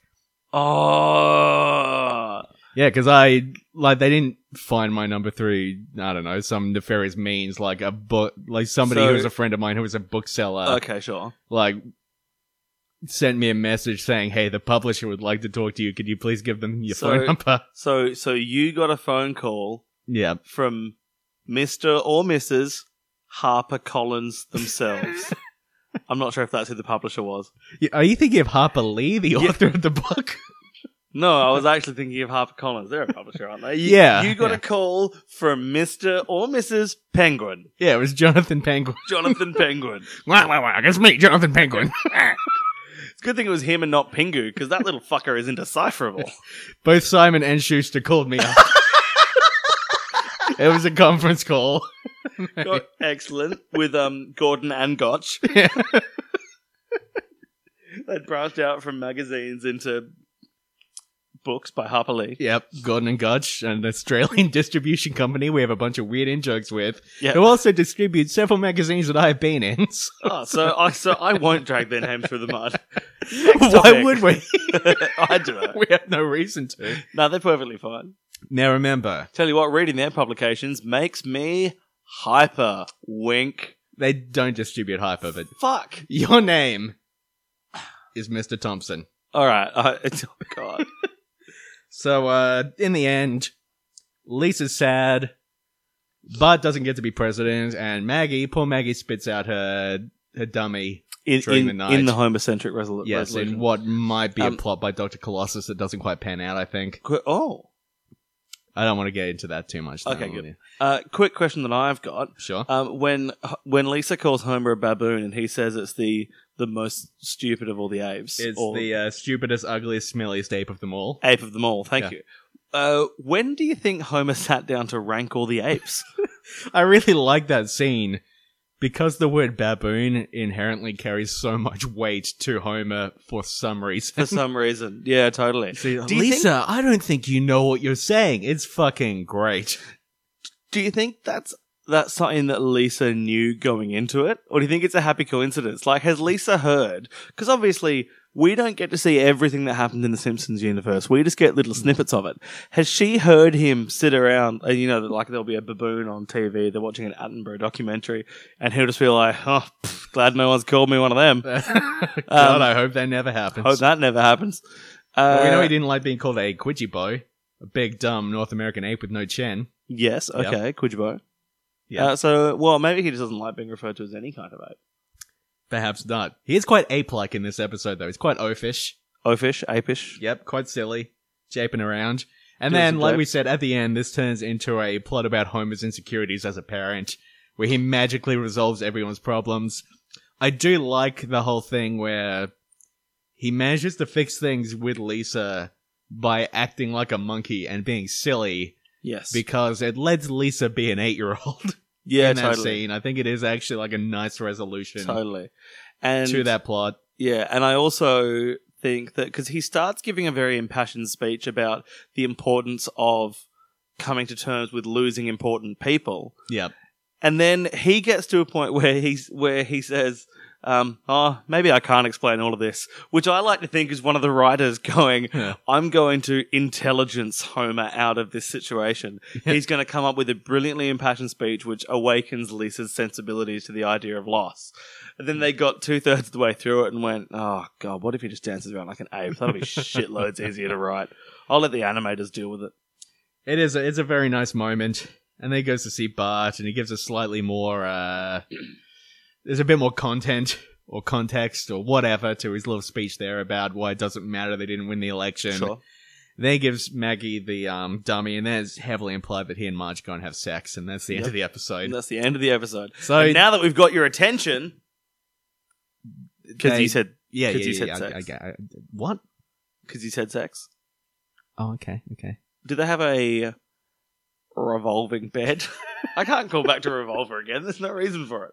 Speaker 3: Oh.
Speaker 4: Yeah, because I like they didn't find my number through I don't know some nefarious means like a book like somebody
Speaker 3: So-
Speaker 4: who was a friend of mine who was a bookseller
Speaker 3: Okay, sure.
Speaker 4: like sent me a message saying hey the publisher would like to talk to you could you please give them your
Speaker 3: So-
Speaker 4: phone number
Speaker 3: So, so you got a phone call
Speaker 4: yeah
Speaker 3: from Mr. or Mrs. Harper Collins themselves. I'm not sure if that's who the publisher was.
Speaker 4: Y- are you thinking of Harper Lee the
Speaker 3: Yeah.
Speaker 4: author of the book
Speaker 3: No, I was actually thinking of Harper Collins. They're a publisher, aren't they? You-
Speaker 4: Yeah,
Speaker 3: You got
Speaker 4: yeah.
Speaker 3: a call from Mr. or Mrs. Penguin,
Speaker 4: yeah it was Jonathan Penguin
Speaker 3: Jonathan Penguin.
Speaker 4: wow wow wow it's me Jonathan Penguin
Speaker 3: It's a good thing it was him and not Pingu, because that little fucker is indecipherable.
Speaker 4: both Simon and Schuster called me up it was a conference call
Speaker 3: Got- excellent. With um Gordon and Gotch.
Speaker 4: Yeah.
Speaker 3: They'd branched out from magazines into books by Harper Lee.
Speaker 4: Yep, Gordon and Gotch, an Australian distribution company we have a bunch of weird in jokes with,
Speaker 3: Yeah.
Speaker 4: who also distributes several magazines that I have been in. So
Speaker 3: Oh, so I so I won't drag their name through the mud.
Speaker 4: why
Speaker 3: topic.
Speaker 4: would we?
Speaker 3: I don't know.
Speaker 4: we have no reason to.
Speaker 3: No, they're perfectly fine.
Speaker 4: Now remember,
Speaker 3: Tell you what, reading their publications makes me hyper. Wink.
Speaker 4: they don't distribute hyper, but
Speaker 3: Fuck.
Speaker 4: your name is Mr. Thompson.
Speaker 3: All right. I it's, oh God.
Speaker 4: So uh in the end, Lisa's sad. Bart doesn't get to be president, and Maggie, poor Maggie, spits out her her dummy
Speaker 3: In
Speaker 4: During
Speaker 3: in
Speaker 4: the
Speaker 3: the,
Speaker 4: night.
Speaker 3: in the homocentric resolu-
Speaker 4: Yes,
Speaker 3: resolution.
Speaker 4: in what might be
Speaker 3: Um,
Speaker 4: a plot by Dr. Colossus that doesn't quite pan out, I think.
Speaker 3: Qu- oh.
Speaker 4: I don't want to get into that too much. though,
Speaker 3: Okay,
Speaker 4: will
Speaker 3: good.
Speaker 4: you?
Speaker 3: Uh, quick question that I've got.
Speaker 4: Sure.
Speaker 3: Um, when when Lisa calls Homer a baboon and he says it's the the most stupid of all the apes,
Speaker 4: it's
Speaker 3: or
Speaker 4: the uh, stupidest, ugliest, smelliest ape of them all.
Speaker 3: ape of them all. Thank
Speaker 4: Yeah.
Speaker 3: you. Uh, when do you think Homer sat down to rank all the apes?
Speaker 4: I really like that scene because the word baboon inherently carries so much weight to Homer for some reason.
Speaker 3: for some reason. Yeah, totally. do you think,
Speaker 4: Lisa, I don't think you know what you're saying. It's fucking great.
Speaker 3: do you think that's that's something that Lisa knew going into it, or do you think it's a happy coincidence? Like, has Lisa heard? Because obviously. We don't get to see everything that happened in the Simpsons universe. We just get little snippets of it. Has she heard him sit around and you know that like there'll be a baboon on TV, they're watching an Attenborough documentary, and he'll just be like, "Oh, pff, glad no one's called me one of them."
Speaker 4: God,
Speaker 3: Um,
Speaker 4: I hope that never happens.
Speaker 3: Hope that never happens.
Speaker 4: Well, we know
Speaker 3: Uh,
Speaker 4: he didn't like being called a Quijibo, a big dumb North American ape with no chin.
Speaker 3: Yes.
Speaker 4: Yep.
Speaker 3: Okay. Quijibo.
Speaker 4: Yeah.
Speaker 3: Uh, so, well, maybe he just doesn't like being referred to as any kind of ape.
Speaker 4: Perhaps not. He is quite ape-like in this episode, though. He's quite oafish.
Speaker 3: Oafish, apish.
Speaker 4: Yep, quite silly, japing around. And
Speaker 3: Doing
Speaker 4: then,
Speaker 3: some
Speaker 4: like we
Speaker 3: japes.
Speaker 4: said at the end, this turns into a plot about Homer's insecurities as a parent, where he magically resolves everyone's problems. I do like the whole thing where he manages to fix things with Lisa by acting like a monkey and being silly,
Speaker 3: Yes.
Speaker 4: because it lets Lisa be an eight-year-old.
Speaker 3: yeah.
Speaker 4: in that
Speaker 3: Totally.
Speaker 4: scene. I think it is actually like a nice resolution
Speaker 3: Totally. And
Speaker 4: to that plot.
Speaker 3: Yeah, and I also think that because he starts giving a very impassioned speech about the importance of coming to terms with losing important people,
Speaker 4: Yep.
Speaker 3: and then he gets to a point where he's where he says. Um, oh, maybe I can't explain all of this, which I like to think is one of the writers going,
Speaker 4: Yeah.
Speaker 3: I'm going to intelligence Homer out of this situation. He's going to come up with a brilliantly impassioned speech which awakens Lisa's sensibilities to the idea of loss. And then they got two thirds of the way through it and went, oh, God, what if he just dances around like an ape? That'll be shitloads easier to write. I'll let the animators deal with it.
Speaker 4: It is. A, it's a very nice moment. And then he goes to see Bart, and he gives us slightly more. uh There's a bit more content or context or whatever to his little speech there about why it doesn't matter they didn't win the election.
Speaker 3: Sure.
Speaker 4: Then he gives Maggie the um dummy, and then it's heavily implied that he and Marge go and have sex, and that's the end
Speaker 3: Yep.
Speaker 4: of the episode.
Speaker 3: And that's the end of the episode.
Speaker 4: so
Speaker 3: And now that we've got your attention, because
Speaker 4: they-
Speaker 3: you said,
Speaker 4: yeah, yeah,
Speaker 3: 'cause you
Speaker 4: yeah,
Speaker 3: said
Speaker 4: yeah, I-
Speaker 3: sex.
Speaker 4: I- I- what?
Speaker 3: because you said sex.
Speaker 4: Oh, okay, okay.
Speaker 3: Do they have a revolving bed? I can't call back to revolver again. There's no reason for it.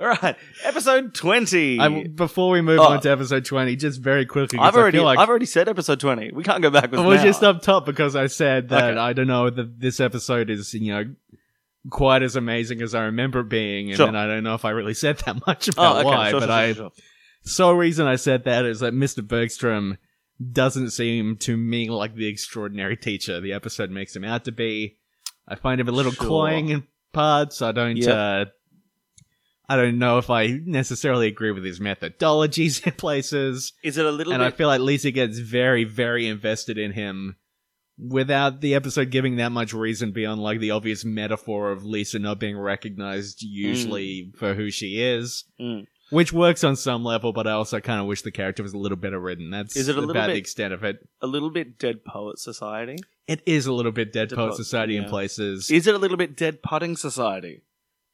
Speaker 3: All right, episode twenty.
Speaker 4: I, before we move
Speaker 3: Oh.
Speaker 4: on to episode 20, just very quickly, 'cause
Speaker 3: have already,
Speaker 4: I feel like
Speaker 3: I've already said episode twenty. We can't go backwards.
Speaker 4: I was
Speaker 3: now.
Speaker 4: just up top because I said that
Speaker 3: Okay.
Speaker 4: I don't know that this episode is, you know, quite as amazing as I remember it being, and
Speaker 3: Sure.
Speaker 4: then I don't know if I really said that much about
Speaker 3: Oh, okay.
Speaker 4: why,
Speaker 3: sure,
Speaker 4: but
Speaker 3: sure,
Speaker 4: I
Speaker 3: sure, sure.
Speaker 4: sole reason I said that is that Mr. Bergstrom doesn't seem to me like the extraordinary teacher the episode makes him out to be. I find him a little
Speaker 3: Sure.
Speaker 4: cloying in parts. I don't.
Speaker 3: Yep.
Speaker 4: Uh, I don't know if I necessarily agree with his methodologies in places
Speaker 3: Is it a little
Speaker 4: and I
Speaker 3: bit?
Speaker 4: feel like Lisa gets very, very invested in him without the episode giving that much reason beyond like the obvious metaphor of Lisa not being recognized usually for who she is.
Speaker 3: Mm.
Speaker 4: Which works on some level, but I also kind of wish the character was a little better written. That's
Speaker 3: Is it a little
Speaker 4: about the
Speaker 3: bit-
Speaker 4: extent of it.
Speaker 3: a little bit Dead Poet Society.
Speaker 4: It is a little bit Dead
Speaker 3: Dead
Speaker 4: Poet
Speaker 3: Poet-
Speaker 4: Society in
Speaker 3: yeah.
Speaker 4: places.
Speaker 3: Is it a little bit Dead Putting Society?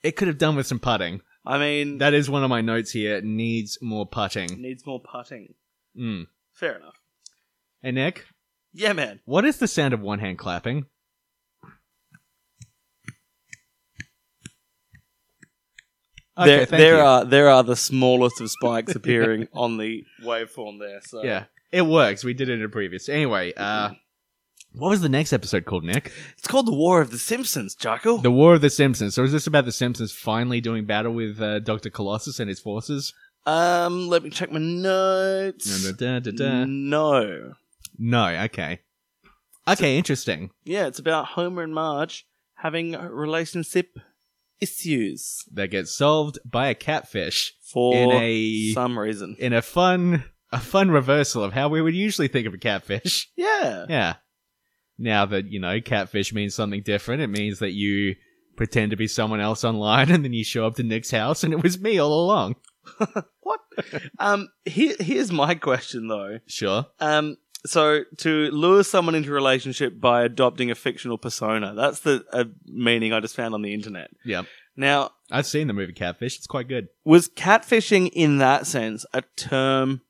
Speaker 4: it could have done with some putting.
Speaker 3: I mean,
Speaker 4: That is one of my notes here. It needs more putting.
Speaker 3: needs more putting.
Speaker 4: Mm.
Speaker 3: Fair enough.
Speaker 4: Hey, Nick,
Speaker 3: Yeah, man.
Speaker 4: what is the sound of one hand clapping?
Speaker 3: there
Speaker 4: thank
Speaker 3: there uh,
Speaker 4: you.
Speaker 3: are there are the smallest of spikes appearing on the waveform there. So
Speaker 4: Yeah, it works. We did it in a previous. Anyway, uh, what was the next episode called, Nick?
Speaker 3: It's called the War of the Simpsons, Jocko.
Speaker 4: The War of the Simpsons. So is this about the Simpsons finally doing battle with uh, Doctor Colossus and his forces?
Speaker 3: um, let me check my notes.
Speaker 4: Da-da-da-da-da.
Speaker 3: Mm. No.
Speaker 4: No. Okay. Okay. Interesting.
Speaker 3: Yeah, it's about Homer and Marge having relationship issues
Speaker 4: That gets solved by a catfish
Speaker 3: for
Speaker 4: in a
Speaker 3: some reason.
Speaker 4: in a fun a fun reversal of how we would usually think of a catfish.
Speaker 3: Yeah.
Speaker 4: Yeah. Now that you know catfish means something different, it means that you pretend to be someone else online, and then you show up to Nick's house, and it was me all along.
Speaker 3: What? um, here, here's my question though.
Speaker 4: Sure.
Speaker 3: Um, so to lure someone into a relationship by adopting a fictional persona—that's the uh, meaning I just found on the internet.
Speaker 4: Yeah.
Speaker 3: Now,
Speaker 4: I've seen the movie Catfish. It's quite good.
Speaker 3: was catfishing in that sense a term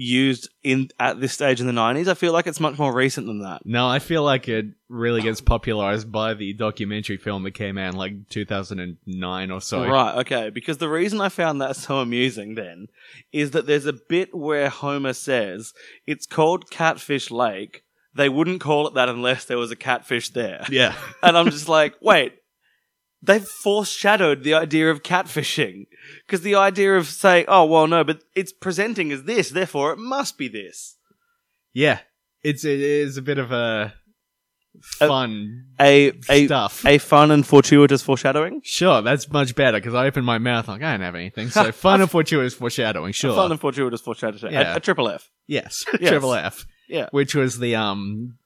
Speaker 3: used in at this stage in the 90s. I feel like it's much more recent than that.
Speaker 4: No, I feel like it really gets popularized by the documentary film that came out in like 2009 or so.
Speaker 3: Right, okay. Because the reason I found that so amusing then is that there's a bit where Homer says it's called Catfish Lake. They wouldn't call it that unless there was a catfish there.
Speaker 4: Yeah.
Speaker 3: And I'm just like, wait, they've foreshadowed the idea of catfishing. Because the idea of saying, oh, well, no, but it's presenting as this, therefore it must be this.
Speaker 4: Yeah. It's it is a bit of a fun
Speaker 3: A, a,
Speaker 4: stuff.
Speaker 3: a fun and fortuitous foreshadowing?
Speaker 4: sure, that's much better because I opened my mouth like I don't have anything. So fun and fortuitous foreshadowing. Sure.
Speaker 3: Fun and fortuitous foreshadowing. A-
Speaker 4: Yeah.
Speaker 3: A, triple F.
Speaker 4: yes.
Speaker 3: Yes.
Speaker 4: Triple F.
Speaker 3: Yeah.
Speaker 4: Which was the um.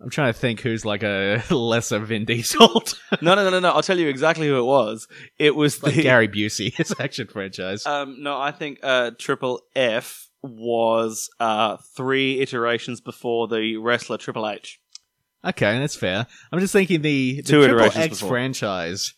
Speaker 4: I'm trying to think who's like a lesser Vin Diesel,
Speaker 3: No, no, no, no, no. I'll tell you exactly who it was. It was
Speaker 4: like
Speaker 3: the.
Speaker 4: Gary Busey, his action franchise.
Speaker 3: Um, no, I think uh, Triple F was uh, three iterations before the wrestler Triple H.
Speaker 4: Okay, that's fair. I'm just thinking the, the
Speaker 3: Two
Speaker 4: Triple
Speaker 3: iterations
Speaker 4: X
Speaker 3: before.
Speaker 4: franchise.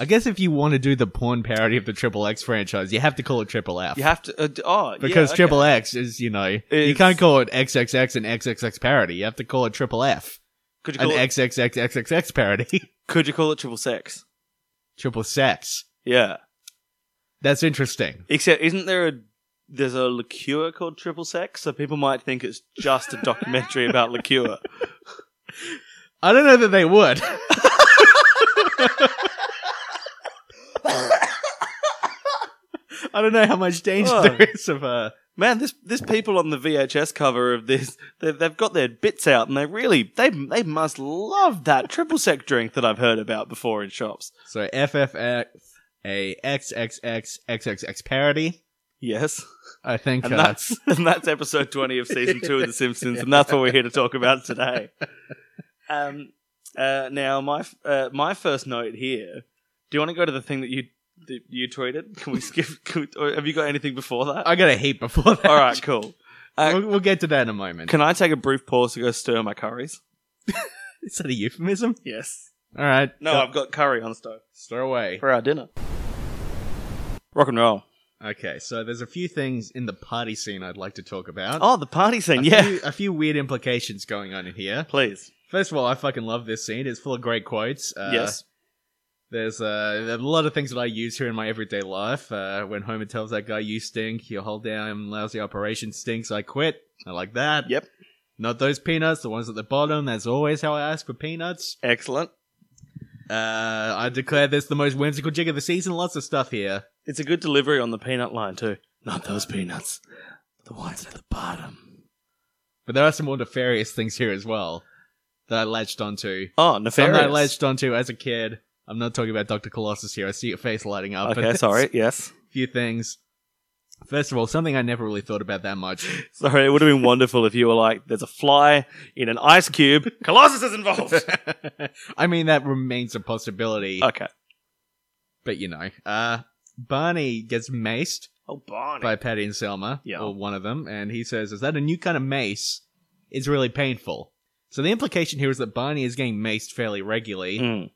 Speaker 4: I guess if you want to do the porn parody of the Triple X franchise, you have to call it Triple F.
Speaker 3: You have to. Uh, d- oh,
Speaker 4: because
Speaker 3: yeah, okay.
Speaker 4: Triple X is, you know, you
Speaker 3: It's-
Speaker 4: can't call it XXX and XXX parody. You have to call it Triple F.
Speaker 3: Could you
Speaker 4: An
Speaker 3: call it,
Speaker 4: XXXXXX parody.
Speaker 3: could you call it Triple Sex?
Speaker 4: Triple Sex.
Speaker 3: Yeah.
Speaker 4: That's interesting.
Speaker 3: Except, isn't there a there's a liqueur called Triple Sex, so people might think it's just a documentary about liqueur.
Speaker 4: I don't know that they would. I don't know how much danger
Speaker 3: Oh.
Speaker 4: there is of uh,
Speaker 3: Man, this this people on the VHS cover of this, they've, they've got their bits out, and they really they they must love that Triple Sec drink that I've heard about before in shops.
Speaker 4: So FFX a XXX XXX parody.
Speaker 3: Yes.
Speaker 4: I think
Speaker 3: And
Speaker 4: uh,
Speaker 3: that's and that's episode twenty of season two of The Simpsons, and that's what we're here to talk about today. Um, uh, now my f- uh, my first note here. Do you want to go to the thing that you that you tweeted? Can we skip? Can we, or have you got anything before that?
Speaker 4: I got a heap before that.
Speaker 3: All right, cool. I-
Speaker 4: we'll, we'll get to that in a moment.
Speaker 3: Can I take a brief pause to go stir my curries?
Speaker 4: Is that a euphemism?
Speaker 3: Yes.
Speaker 4: All right.
Speaker 3: No,
Speaker 4: go-
Speaker 3: I've got curry on stove
Speaker 4: stir away.
Speaker 3: for our dinner. Rock and roll.
Speaker 4: Okay, so there's a few things in the party scene I'd like to talk about.
Speaker 3: Oh, the party
Speaker 4: a
Speaker 3: scene. Yeah,
Speaker 4: few, a few weird implications going on in here.
Speaker 3: please.
Speaker 4: First of all, I fucking love this scene. It's full of great quotes. Uh,
Speaker 3: yes.
Speaker 4: There's uh, a lot of things that I use here in my everyday life. Uh, when Homer tells that guy, "You stink," your whole damn lousy operation stinks. I quit. I like that.
Speaker 3: Yep.
Speaker 4: Not those peanuts, the ones at the bottom. That's always how I ask for peanuts.
Speaker 3: Excellent.
Speaker 4: Uh, I declare this the most whimsical jig of the season. Lots of stuff here.
Speaker 3: It's a good delivery on the peanut line too. Not those peanuts, the ones at the bottom.
Speaker 4: But there are some more nefarious things here as well that I latched onto.
Speaker 3: Oh,
Speaker 4: Some
Speaker 3: nefarious.
Speaker 4: that I latched onto as a kid. I'm not talking about Dr. Colossus here. I see your face lighting up.
Speaker 3: Okay, sorry. Yes,
Speaker 4: A few things. First of all, something I never really thought about that much.
Speaker 3: sorry. It would have been wonderful if you were like, "There's a fly in an ice cube. Colossus is involved."
Speaker 4: I mean, that remains a possibility.
Speaker 3: okay.
Speaker 4: But, you know. Uh, Barney gets maced.
Speaker 3: Oh, Barney.
Speaker 4: by Patty and Selma,
Speaker 3: Yeah.
Speaker 4: or one of them, and he says, "Is that a new kind of mace? It's really painful." So the implication here is that Barney is getting maced fairly regularly.
Speaker 3: Mm.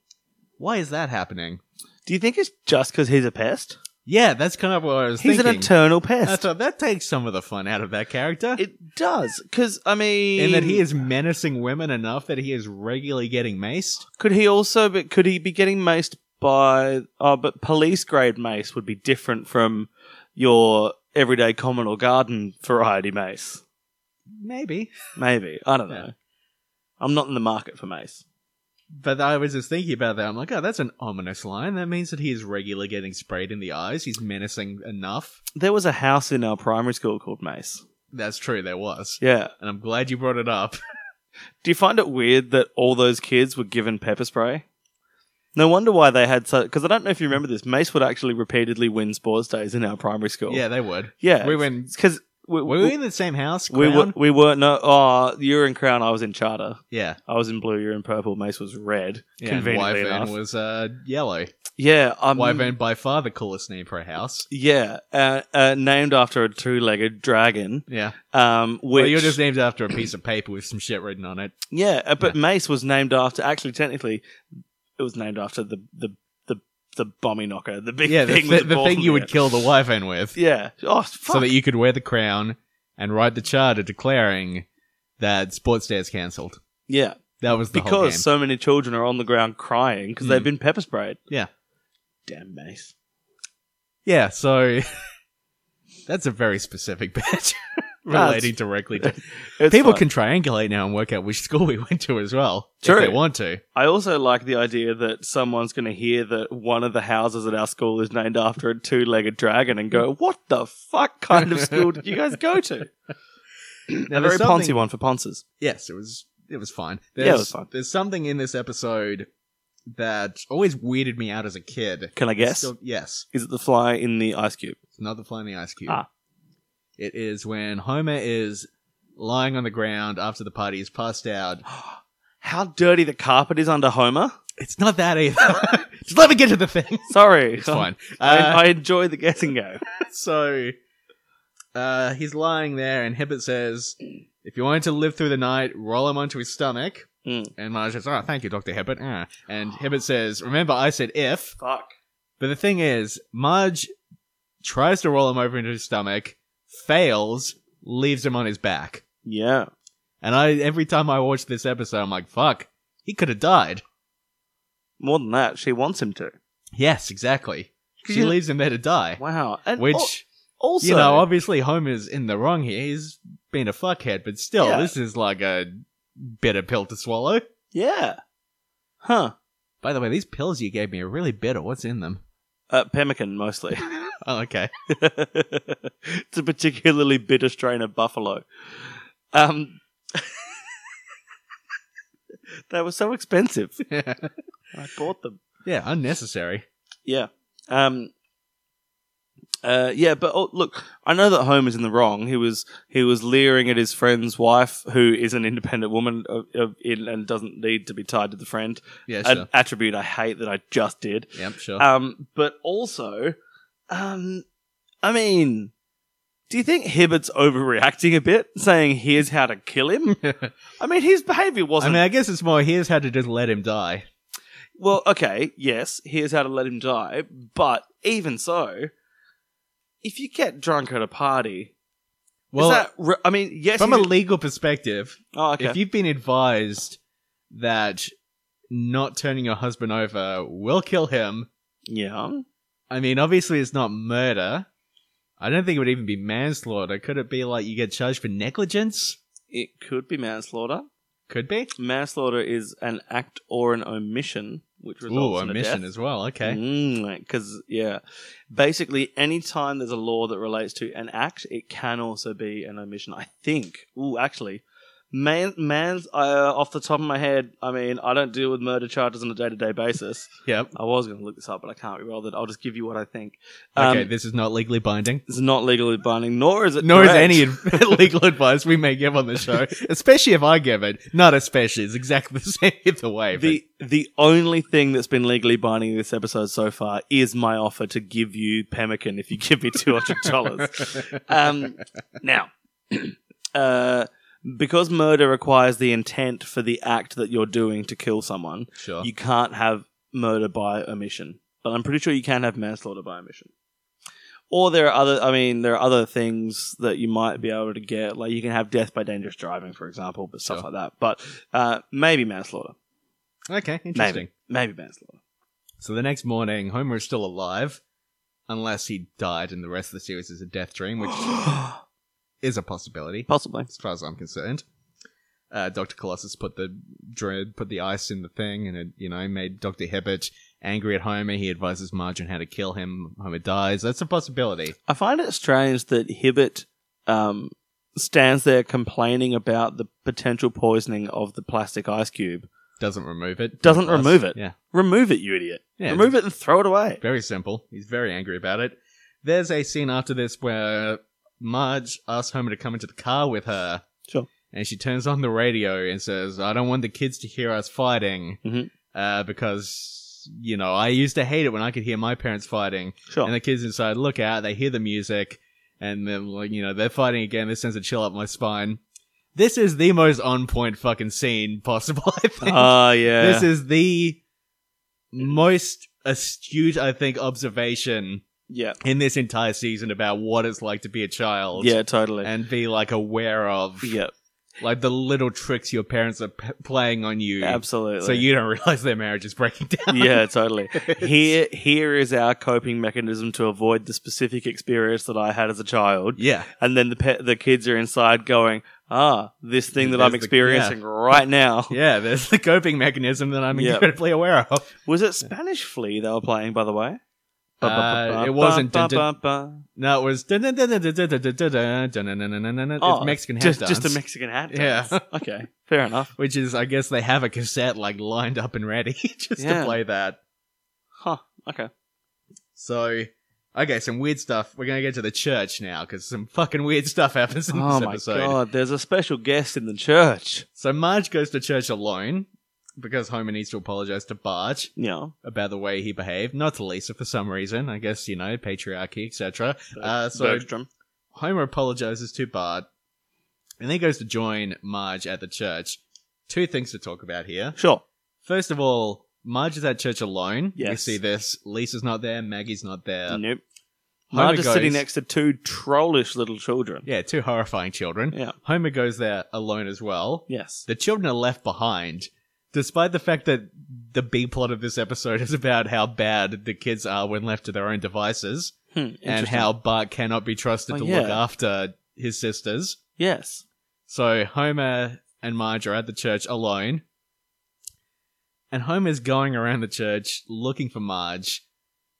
Speaker 4: Why is that happening?
Speaker 3: Do you think it's just because he's a pest?
Speaker 4: Yeah, that's kind of what I was
Speaker 3: He's
Speaker 4: thinking.
Speaker 3: an eternal pest.
Speaker 4: I thought that takes some of the fun out of that character,
Speaker 3: it does because I mean,
Speaker 4: in that he is menacing women enough that he is regularly getting maced.
Speaker 3: Could he also? But could he be getting maced by? Oh, but police grade mace would be different from your everyday common or garden variety mace.
Speaker 4: Maybe,
Speaker 3: Maybe. I don't know.
Speaker 4: Yeah.
Speaker 3: I'm not in the market for mace.
Speaker 4: but I was just thinking about that. I'm like, oh, that's an ominous line. That means that he is regularly getting sprayed in the eyes. He's menacing enough.
Speaker 3: There was a house in our primary school called Mace.
Speaker 4: That's true. There was,
Speaker 3: Yeah.
Speaker 4: and I'm glad you brought it up.
Speaker 3: Do you find it weird that all those kids were given pepper spray? No wonder why they had so. Because I don't know if you remember this. Mace would actually repeatedly win sports days in our primary school.
Speaker 4: Yeah, they would.
Speaker 3: Yeah.
Speaker 4: We were in-
Speaker 3: Because we,
Speaker 4: Were we in the same house?
Speaker 3: we, were,
Speaker 4: Crown?
Speaker 3: we were. No. Oh, you were in Crown. I was in Charter.
Speaker 4: Yeah.
Speaker 3: I was in blue. You were in purple. Mace was red.
Speaker 4: Yeah, and
Speaker 3: conveniently
Speaker 4: Wyvern
Speaker 3: enough.
Speaker 4: was uh, yellow.
Speaker 3: yeah. Um,
Speaker 4: Wyvern, by far the coolest name for a house.
Speaker 3: Yeah. Uh, uh, named after a two-legged dragon.
Speaker 4: Yeah.
Speaker 3: Um, which
Speaker 4: Well, you're just named after a piece of paper with some shit written on it.
Speaker 3: Yeah, uh, but Mace was named after. Actually, technically, it was named after the the the, the bomby knocker, the big
Speaker 4: Yeah, the,
Speaker 3: thing,
Speaker 4: the,
Speaker 3: with the,
Speaker 4: the
Speaker 3: ball
Speaker 4: thing
Speaker 3: in
Speaker 4: you
Speaker 3: the
Speaker 4: would
Speaker 3: air.
Speaker 4: kill the Wyvern with.
Speaker 3: Yeah. Oh, fuck.
Speaker 4: So that you could wear the crown and ride the charter declaring that Sports Day is cancelled.
Speaker 3: Yeah.
Speaker 4: That was the whole game.
Speaker 3: because so many children are on the ground crying because they've
Speaker 4: Mm.
Speaker 3: been pepper sprayed.
Speaker 4: Yeah.
Speaker 3: Damn mace.
Speaker 4: yeah, so that's a very specific batch relating directly to
Speaker 3: It's
Speaker 4: people
Speaker 3: fun.
Speaker 4: can triangulate now and work out which school we went to as well
Speaker 3: True.
Speaker 4: if they want to.
Speaker 3: I also like the idea that someone's going to hear that one of the houses at our school is named after a two-legged dragon and
Speaker 4: Hmm.
Speaker 3: go, "What the fuck kind of school did you guys go to?"
Speaker 4: Now,
Speaker 3: a very
Speaker 4: there's something-
Speaker 3: Ponzi one for Ponces.
Speaker 4: Yes, it was. It was fine.
Speaker 3: Yeah, it
Speaker 4: There's,
Speaker 3: was fine.
Speaker 4: There's something in this episode that always weirded me out as a kid.
Speaker 3: Can I guess?
Speaker 4: Still- yes.
Speaker 3: Is it the fly in the ice cube?
Speaker 4: It's not the fly in the ice cube.
Speaker 3: Ah.
Speaker 4: It is when Homer is lying on the ground after the party is passed out.
Speaker 3: How dirty the carpet is under Homer.
Speaker 4: It's not that either. Just let me get to the thing.
Speaker 3: Sorry,
Speaker 4: It's fine.
Speaker 3: I,
Speaker 4: Uh,
Speaker 3: I enjoy the guessing game.
Speaker 4: so uh, he's lying there, and Hibbert says, "If you want him to live through the night, roll him onto his stomach."
Speaker 3: Mm.
Speaker 4: And Marge says, "Oh, thank you, Doctor Hibbert." Ah. And Hibbert says, "Remember, I said if."
Speaker 3: Fuck.
Speaker 4: But the thing is, Marge tries to roll him over into his stomach, fails, leaves him on his back.
Speaker 3: Yeah.
Speaker 4: And I every time I watch this episode, I'm like, fuck, he could have died.
Speaker 3: More than that, she wants him to.
Speaker 4: Yes, exactly. She
Speaker 3: Yeah.
Speaker 4: leaves him there to die.
Speaker 3: Wow. And
Speaker 4: Which,
Speaker 3: al- also,
Speaker 4: you know, obviously Homer's in the wrong here. He's been a fuckhead, but still,
Speaker 3: Yeah.
Speaker 4: this is like a bitter pill to swallow.
Speaker 3: yeah. Huh.
Speaker 4: By the way, these pills you gave me are really bitter. What's in them?
Speaker 3: Uh, pemmican mostly.
Speaker 4: Oh, okay.
Speaker 3: it's a particularly bitter strain of buffalo. Um, they were so expensive.
Speaker 4: yeah,
Speaker 3: I bought them.
Speaker 4: unnecessary.
Speaker 3: Yeah. Um, uh, yeah, but oh, look, I know that Homer's in the wrong. He was he was leering at his friend's wife, who is an independent woman of, of, in, and doesn't need to be tied to the friend.
Speaker 4: Yeah,
Speaker 3: An
Speaker 4: sure.
Speaker 3: attribute I hate that I just did.
Speaker 4: yep, sure.
Speaker 3: Um, but also, um, I mean, do you think Hibbert's overreacting a bit, saying here's how to kill him? I mean, his behavior
Speaker 4: I
Speaker 3: wasn't.
Speaker 4: mean, I guess it's more here's how to just let him die.
Speaker 3: well, okay, yes, here's how to let him die. But even so, if you get drunk at a party,
Speaker 4: Well,
Speaker 3: is that? Re- I mean, yes,
Speaker 4: from
Speaker 3: you
Speaker 4: a
Speaker 3: did-
Speaker 4: legal perspective,
Speaker 3: oh, okay.
Speaker 4: if you've been advised that not turning your husband over will kill him,
Speaker 3: yeah,
Speaker 4: I mean, obviously it's not murder. I don't think it would even be manslaughter. Could it be like you get charged for negligence?
Speaker 3: it could be manslaughter.
Speaker 4: Could be.
Speaker 3: Manslaughter is an act or an omission, which
Speaker 4: Ooh,
Speaker 3: results in a death. Mm-hmm.
Speaker 4: omission as well. Okay.
Speaker 3: Because, Mm, yeah. Basically, any time there's a law that relates to an act, it can also be an omission, I think. Ooh, actually. Man, man's, uh, off the top of my head, I mean, I don't deal with murder charges on a day to day basis.
Speaker 4: Yep.
Speaker 3: I was going to look this up, but I can't be bothered. I'll just give you what I think. Um,
Speaker 4: Okay, this is not legally binding.
Speaker 3: it's not legally binding, nor is it.
Speaker 4: Nor is
Speaker 3: correct.
Speaker 4: any ad- legal advice we may give on the show, especially if I give it. Not especially, it's exactly the same either way. but-
Speaker 3: The the only thing that's been legally binding in this episode so far is my offer to give you pemmican if you give me two hundred dollars. um, now, uh, because murder requires the intent for the act that you're doing to kill someone,
Speaker 4: sure.
Speaker 3: you can't have murder by omission. But I'm pretty sure you can have manslaughter by omission. Or there are other. I mean, there are other things that you might be able to get. Like you can have death by dangerous driving, for example, but stuff
Speaker 4: Sure.
Speaker 3: like that. But uh, maybe manslaughter.
Speaker 4: okay, interesting.
Speaker 3: Maybe manslaughter.
Speaker 4: So the next morning, Homer is still alive, unless he died and the rest of the series is a death dream, which is a possibility,
Speaker 3: Possibly.
Speaker 4: as far as I'm concerned. Uh, Doctor Colossus put the dr- put the ice in the thing, and it you know made Doctor Hibbert angry at Homer. He advises Marge on how to kill him. Homer dies. That's a possibility.
Speaker 3: I find it strange that Hibbert um, stands there complaining about the potential poisoning of the plastic ice cube.
Speaker 4: Doesn't remove it.
Speaker 3: Doesn't
Speaker 4: Plus-
Speaker 3: remove it.
Speaker 4: Yeah,
Speaker 3: Remove it, you idiot.
Speaker 4: yeah.
Speaker 3: Remove it and throw it away.
Speaker 4: Very simple. He's very angry about it. There's a scene after this where Marge asks Homer to come into the car with her.
Speaker 3: Sure.
Speaker 4: And she turns on the radio and says, I don't want the kids to hear us fighting
Speaker 3: Mhm.
Speaker 4: uh, because, you know, I used to hate it when I could hear my parents fighting.
Speaker 3: Sure.
Speaker 4: And the kids inside look out, they hear the music, and then, like, you know, they're fighting again. This sends a chill up my spine. This is the most on point fucking scene possible, I think.
Speaker 3: Ah, yeah.
Speaker 4: This is the most astute, I think, observation
Speaker 3: Yeah.
Speaker 4: in this entire season about what it's like to be a child.
Speaker 3: Yeah, totally.
Speaker 4: And be like aware of
Speaker 3: yeah,
Speaker 4: like the little tricks your parents are p- playing on you.
Speaker 3: absolutely.
Speaker 4: So you don't realize their marriage is breaking down.
Speaker 3: yeah, totally. Here, here is our coping mechanism to avoid the specific experience that I had as a child.
Speaker 4: Yeah.
Speaker 3: And then the pe- the kids are inside going, ah, this thing that
Speaker 4: There's
Speaker 3: I'm
Speaker 4: the-
Speaker 3: experiencing right now.
Speaker 4: Yeah, there's the coping mechanism that I'm
Speaker 3: Yeah.
Speaker 4: incredibly aware of.
Speaker 3: Was it Spanish Flea they were playing, by the way?
Speaker 4: Uh, it wasn't. Dun- dun-
Speaker 3: Ba-ba-ba-ba.
Speaker 4: No, it was. dun- dun- dun- dun- dun- dun- dun- dun- dun- dun- dun- dun- dun- dun-
Speaker 3: Oh,
Speaker 4: It's Mexican hand
Speaker 3: just,
Speaker 4: dance.
Speaker 3: just a Mexican hat.
Speaker 4: Yeah.
Speaker 3: Okay, fair enough.
Speaker 4: Which is, I guess, they have a cassette like lined up and ready just to
Speaker 3: Yeah.
Speaker 4: play that.
Speaker 3: Huh. Okay.
Speaker 4: So, okay, some weird stuff. We're gonna get to the church now because some fucking weird stuff happens in
Speaker 3: Oh
Speaker 4: this
Speaker 3: my
Speaker 4: episode.
Speaker 3: god, there's a special guest in the church.
Speaker 4: So Marge goes to church alone because Homer needs to apologize to Barge
Speaker 3: You know,
Speaker 4: about the way he behaved, not to Lisa for some reason. I guess you know patriarchy, etc. Uh, so
Speaker 3: Bergstrom.
Speaker 4: Homer apologizes to Bart, and then goes to join Marge at the church. Two things to talk about here.
Speaker 3: Sure.
Speaker 4: First of all, Marge is at church alone. We
Speaker 3: Yes.
Speaker 4: see this. Lisa's not there. Maggie's not there.
Speaker 3: nope.
Speaker 4: Homer
Speaker 3: Marge is sitting
Speaker 4: goes-
Speaker 3: next to two trollish little children.
Speaker 4: Yeah, two horrifying children.
Speaker 3: Yeah.
Speaker 4: Homer goes there alone as well.
Speaker 3: Yes.
Speaker 4: The children are left behind, despite the fact that the B plot of this episode is about how bad the kids are when left to their own devices
Speaker 3: Hmm,
Speaker 4: and
Speaker 3: interesting.
Speaker 4: how Bart cannot be trusted
Speaker 3: Oh,
Speaker 4: to
Speaker 3: yeah.
Speaker 4: look after his sisters.
Speaker 3: Yes.
Speaker 4: So Homer and Marge are at the church alone. And Homer's going around the church looking for Marge,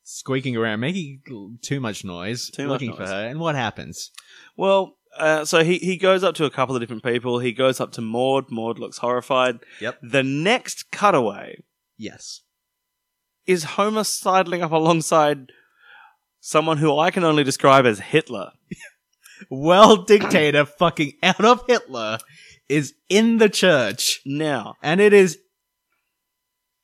Speaker 4: squeaking around, making too much noise,
Speaker 3: Too much
Speaker 4: looking for
Speaker 3: noise.
Speaker 4: her. And what happens?
Speaker 3: Well, uh, so he, he goes up to a couple of different people. He goes up to Maud. Maud looks horrified.
Speaker 4: Yep.
Speaker 3: The next cutaway
Speaker 4: Yes.
Speaker 3: is Homer sidling up alongside someone who I can only describe as Hitler.
Speaker 4: Well, dictator fucking Adolf Hitler is in the church,
Speaker 3: Now,
Speaker 4: and it is,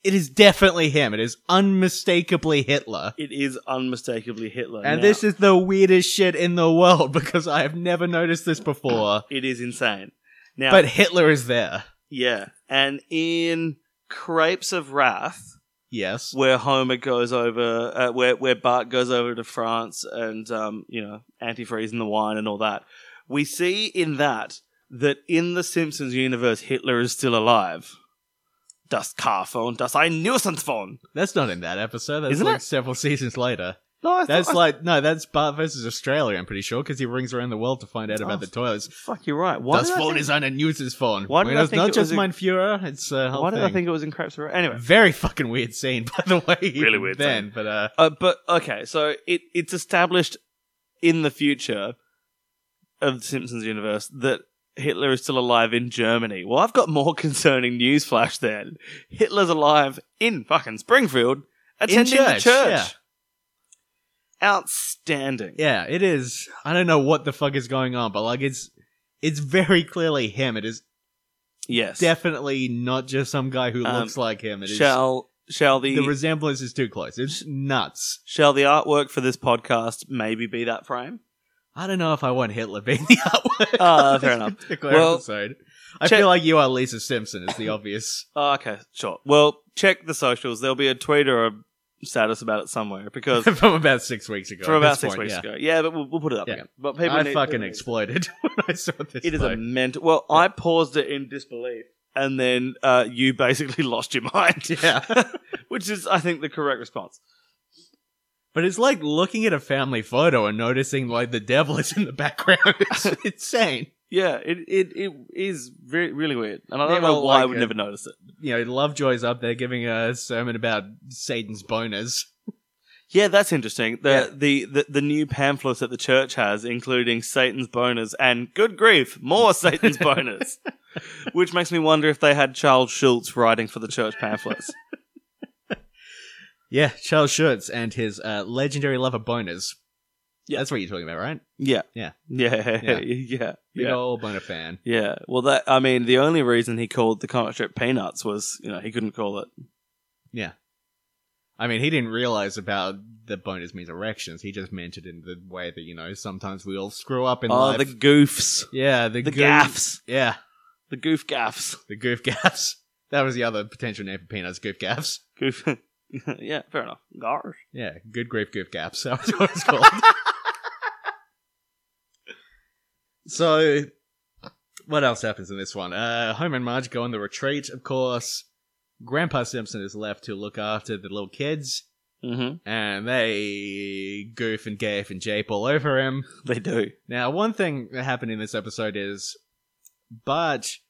Speaker 4: it is definitely him. It is unmistakably Hitler,
Speaker 3: it is unmistakably Hitler.
Speaker 4: and
Speaker 3: now.
Speaker 4: this is the weirdest shit in the world because I have never noticed this before.
Speaker 3: it is insane. Now,
Speaker 4: But Hitler is there.
Speaker 3: yeah, and in Crepes of Wrath,
Speaker 4: Yes.
Speaker 3: where Homer goes over, uh, where where Bart goes over to France and um, you know antifreeze in the wine and all that. We see in that that in the Simpsons universe, Hitler is still alive. Das Carphone, das ein Nuisance-Phone.
Speaker 4: That's not in that episode. That's
Speaker 3: Isn't
Speaker 4: like
Speaker 3: it?
Speaker 4: several seasons later.
Speaker 3: No, I
Speaker 4: That's
Speaker 3: thought,
Speaker 4: like no, that's Bart versus Australia. I'm pretty sure because he rings around the world to find out about
Speaker 3: Oh,
Speaker 4: the toilets.
Speaker 3: fuck, you're right. Why
Speaker 4: This
Speaker 3: did I
Speaker 4: phone
Speaker 3: think-
Speaker 4: is on a news's phone.
Speaker 3: Why
Speaker 4: I
Speaker 3: did
Speaker 4: mean,
Speaker 3: I
Speaker 4: it's
Speaker 3: think
Speaker 4: not
Speaker 3: it was
Speaker 4: just
Speaker 3: a-
Speaker 4: mein Führer. It's uh, whole
Speaker 3: Why
Speaker 4: thing.
Speaker 3: did I think it was in Crepes of Wrath? Anyway,
Speaker 4: Very fucking weird scene, by the way. Really
Speaker 3: weird
Speaker 4: Then, but uh,
Speaker 3: Uh, but okay, so it it's established in the future of the Simpsons universe that Hitler is still alive in Germany. Well, I've got more concerning news flash then. Hitler's alive in fucking Springfield, attending the
Speaker 4: church,
Speaker 3: church.
Speaker 4: yeah.
Speaker 3: Outstanding.
Speaker 4: yeah, it is. I don't know what the fuck is going on, but like, it's it's very clearly him. It is
Speaker 3: Yes.
Speaker 4: definitely not just some guy who
Speaker 3: Um,
Speaker 4: looks like him. It is
Speaker 3: shall shall the,
Speaker 4: the resemblance is too close. It's nuts.
Speaker 3: shall the artwork for this podcast maybe be that frame?
Speaker 4: I don't know if I want Hitler being the artwork.
Speaker 3: Ah,
Speaker 4: on
Speaker 3: fair
Speaker 4: this
Speaker 3: enough.
Speaker 4: particular
Speaker 3: Well,
Speaker 4: episode. I
Speaker 3: check-
Speaker 4: feel like you are Lisa Simpson. Is the obvious.
Speaker 3: Oh, okay, sure. Well, check the socials. There'll be a tweet or a status about it somewhere because
Speaker 4: from about six weeks ago.
Speaker 3: from
Speaker 4: at
Speaker 3: about
Speaker 4: this
Speaker 3: six
Speaker 4: point,
Speaker 3: weeks
Speaker 4: yeah.
Speaker 3: ago. Yeah, but we'll, we'll put it up
Speaker 4: Yeah.
Speaker 3: again. But people
Speaker 4: I
Speaker 3: need-
Speaker 4: fucking
Speaker 3: people need-
Speaker 4: exploded when I saw this.
Speaker 3: It is
Speaker 4: though.
Speaker 3: a mental. Well, I paused it in disbelief, and then uh, you basically lost your mind.
Speaker 4: Yeah.
Speaker 3: which is, I think, the correct response.
Speaker 4: But it's like looking at a family photo and noticing like the devil is in the background. It's insane.
Speaker 3: Yeah, it it, it is re- really weird, and I don't
Speaker 4: Yeah,
Speaker 3: know
Speaker 4: well,
Speaker 3: why I
Speaker 4: like,
Speaker 3: would
Speaker 4: uh,
Speaker 3: never notice it.
Speaker 4: You know, Lovejoy's up there giving a sermon about Satan's boners.
Speaker 3: Yeah, that's interesting. The,
Speaker 4: Yeah.
Speaker 3: the the the new pamphlets that the church has, including Satan's boners and good grief, more Satan's boners, which makes me wonder if they had Charles Schultz writing for the church pamphlets.
Speaker 4: Yeah, Charles Schurz and his uh, legendary love of boners.
Speaker 3: Yeah.
Speaker 4: That's what you're talking about, right?
Speaker 3: Yeah,
Speaker 4: Yeah.
Speaker 3: yeah, yeah,
Speaker 4: Yeah.
Speaker 3: yeah.
Speaker 4: Big
Speaker 3: yeah.
Speaker 4: old boner fan.
Speaker 3: Yeah, well, that I mean, the only reason he called the comic strip Peanuts was, you know, he couldn't call it.
Speaker 4: I mean, he didn't realize about the boners means erections. He just meant it in the way that you know sometimes we all screw up in
Speaker 3: oh,
Speaker 4: life.
Speaker 3: the goofs,
Speaker 4: yeah, the,
Speaker 3: the
Speaker 4: goof-
Speaker 3: gaffs,
Speaker 4: Yeah,
Speaker 3: the goof gaffs,
Speaker 4: the goof gaffs. That was the other potential name for peanuts. Goof gaffs.
Speaker 3: goof yeah, fair enough. Gosh.
Speaker 4: Yeah, good grave goof gaps. That was what it's called. so, what else happens in this one? Uh, Homer and Marge go on the retreat, of course. Grandpa Simpson is left to look after the little kids,
Speaker 3: Mm-hmm.
Speaker 4: and they goof and gaff and jape all over him.
Speaker 3: They do.
Speaker 4: Now, one thing that happened in this episode is Barge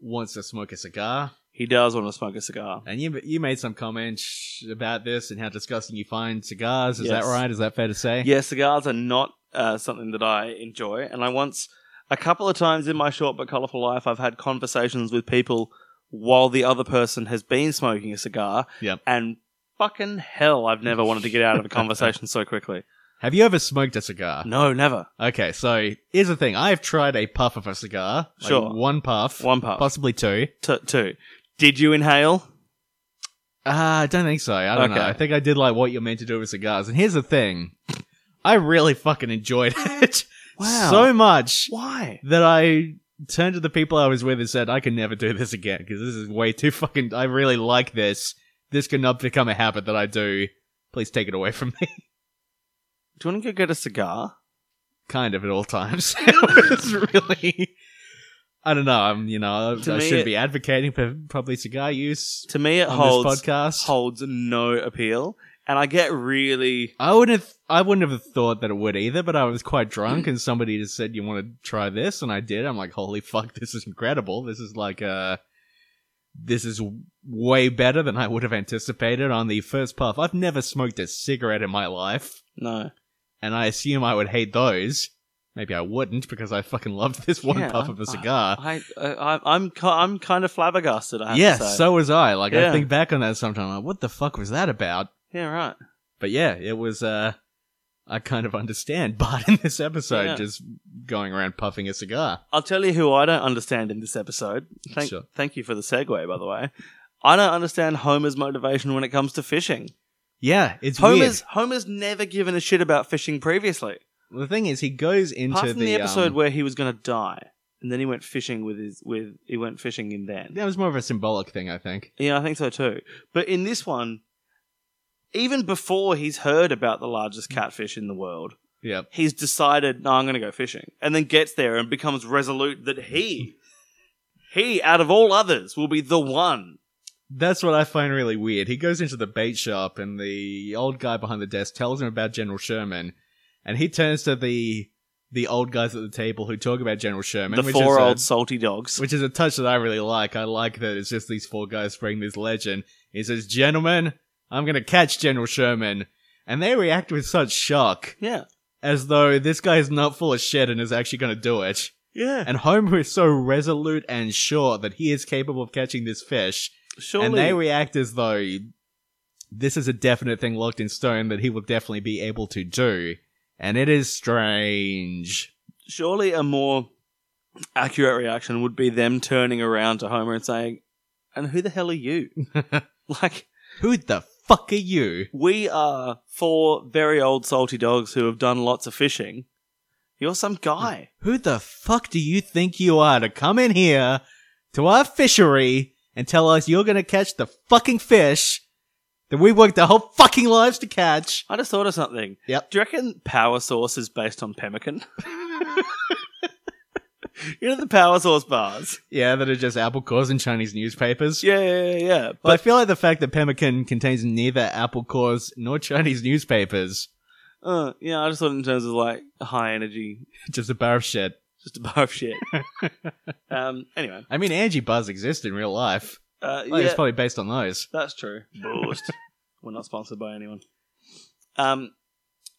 Speaker 4: wants to smoke a cigar,
Speaker 3: He does want to smoke a cigar.
Speaker 4: and you you made some comments about this and how disgusting you find cigars. Is
Speaker 3: Yes.
Speaker 4: that right? Is that fair to say?
Speaker 3: Yeah, cigars are not uh, something that I enjoy. And I once, a couple of times in my short but colourful life, I've had conversations with people while the other person has been smoking a cigar.
Speaker 4: Yep.
Speaker 3: And fucking hell, I've never wanted to get out of a conversation so quickly.
Speaker 4: Have you ever smoked a cigar?
Speaker 3: No, never.
Speaker 4: Okay, so here's the thing. I've tried a puff of a cigar. like
Speaker 3: Sure.
Speaker 4: one puff.
Speaker 3: One puff.
Speaker 4: Possibly two.
Speaker 3: T- two. Did you inhale?
Speaker 4: Uh, I don't think so. I don't know.
Speaker 3: Okay.
Speaker 4: I think I did like what you're meant to do with cigars. And here's the thing. I really fucking enjoyed it.
Speaker 3: Wow.
Speaker 4: So much
Speaker 3: Why?
Speaker 4: that I turned to the people I was with and said, I can never do this again because this is way too fucking. I really like this. This cannot become a habit that I do. Please take it away from me.
Speaker 3: Do you want to go get a cigar?
Speaker 4: kind of at all times. it's really. I don't know. I'm, you know,
Speaker 3: To
Speaker 4: I
Speaker 3: me,
Speaker 4: should
Speaker 3: it-
Speaker 4: be advocating for probably cigar use
Speaker 3: To me, it
Speaker 4: on
Speaker 3: holds
Speaker 4: this podcast.
Speaker 3: holds no appeal, and I get really
Speaker 4: I wouldn't. Have, I wouldn't have thought that it would either. But I was quite
Speaker 3: Mm.
Speaker 4: drunk, and somebody just said, "You want to try this?" And I did. I'm like, "Holy fuck! This is incredible. This is like uh This is way better than I would have anticipated on the first puff. I've never smoked a cigarette in my life,
Speaker 3: no.
Speaker 4: and I assume I would hate those. Maybe I wouldn't because I fucking loved this one
Speaker 3: Yeah,
Speaker 4: puff
Speaker 3: I-
Speaker 4: of a cigar.
Speaker 3: I, I I'm ki- I'm kind of flabbergasted. I have
Speaker 4: yeah,
Speaker 3: to say.
Speaker 4: so was I. Like I
Speaker 3: Yeah.
Speaker 4: think back on that sometime, like, what the fuck was that about?
Speaker 3: yeah, right.
Speaker 4: But yeah, it was uh I kind of understand Bart in this episode
Speaker 3: Yeah.
Speaker 4: just going around puffing a cigar.
Speaker 3: I'll tell you who I don't understand in this episode. Thank
Speaker 4: Sure.
Speaker 3: thank you for the segue, by the way. I don't understand Homer's motivation when it comes to fishing.
Speaker 4: Yeah, it's
Speaker 3: Homer's Homer's never given a shit about fishing previously,
Speaker 4: weird. The thing is he goes into
Speaker 3: apart
Speaker 4: the,
Speaker 3: from the, episode
Speaker 4: um,
Speaker 3: where he was going to die, and then he went fishing with his with he went fishing in Dan.
Speaker 4: that was more of a symbolic thing, I think.
Speaker 3: Yeah, I think so too. But in this one, even before he's heard about the largest catfish in the world,
Speaker 4: Yep.
Speaker 3: he's decided, no, I'm going to go fishing. And then gets there and becomes resolute that he, he, out of all others, will be the one.
Speaker 4: That's what I find really weird. He goes into the bait shop and the old guy behind the desk tells him about General Sherman and he turns to the the old guys at the table who talk about General Sherman,
Speaker 3: the
Speaker 4: which
Speaker 3: four
Speaker 4: is a-
Speaker 3: old salty dogs.
Speaker 4: which is a touch that I really like. I like that it's just these four guys spreading this legend. He says, "Gentlemen, I'm going to catch General Sherman," and they react with such shock
Speaker 3: yeah.
Speaker 4: as though this guy is not full of shit and is actually going to do it.
Speaker 3: Yeah.
Speaker 4: And Homer is so resolute and sure that he is capable of catching this fish,
Speaker 3: Surely.
Speaker 4: and they react as though this is a definite thing locked in stone that he will definitely be able to do. And it is strange.
Speaker 3: surely a more accurate reaction would be them turning around to Homer and saying, and who the hell are you? like,
Speaker 4: Who the fuck are you?
Speaker 3: we are four very old salty dogs who have done lots of fishing. You're some guy.
Speaker 4: Who the fuck do you think you are to come in here to our fishery and tell us you're gonna catch the fucking fish that we worked our whole fucking lives to catch?
Speaker 3: I just thought of something.
Speaker 4: Yep.
Speaker 3: Do you reckon Power Source is based on pemmican? you know the Power Source bars?
Speaker 4: Yeah, that are just apple cores in Chinese newspapers.
Speaker 3: Yeah, yeah, yeah. yeah.
Speaker 4: Well, I
Speaker 3: But
Speaker 4: feel like the fact that pemmican contains neither apple cores nor Chinese newspapers,
Speaker 3: uh, yeah, I just thought in terms of like high energy,
Speaker 4: just a bar of shit.
Speaker 3: just a bar of shit. um, anyway,
Speaker 4: I mean, Angie bars exist in real life.
Speaker 3: uh,
Speaker 4: Like,
Speaker 3: yeah,
Speaker 4: Oh, It's probably based on those.
Speaker 3: that's true. Boost. We're not sponsored by anyone. Um,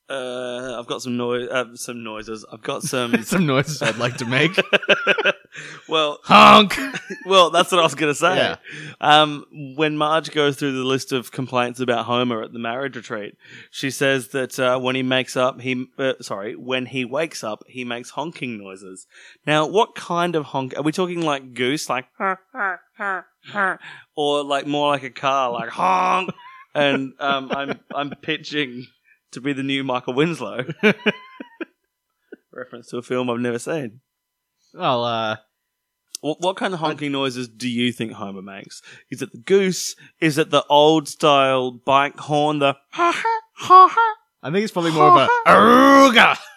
Speaker 3: uh, I've got some noise, uh, some noises. I've got some.
Speaker 4: Some noises I'd like to make.
Speaker 3: well,
Speaker 4: Honk!
Speaker 3: Well, that's what I was going to say.
Speaker 4: Yeah.
Speaker 3: Um, when Marge goes through the list of complaints about Homer at the marriage retreat, she says that uh, when he makes up, he uh, sorry, when he wakes up, he makes honking noises. Now, what kind of honk? Are we talking like goose, like, or like more like a car, like honk? And um, I'm I'm pitching to be the new Michael Winslow. Reference to a film I've never seen.
Speaker 4: Well, uh,
Speaker 3: What, what kind of honking noises do you think Homer makes? Is it the goose? Is it the old style bike horn? The ha ha ha ha
Speaker 4: I think it's probably more of a Aruga!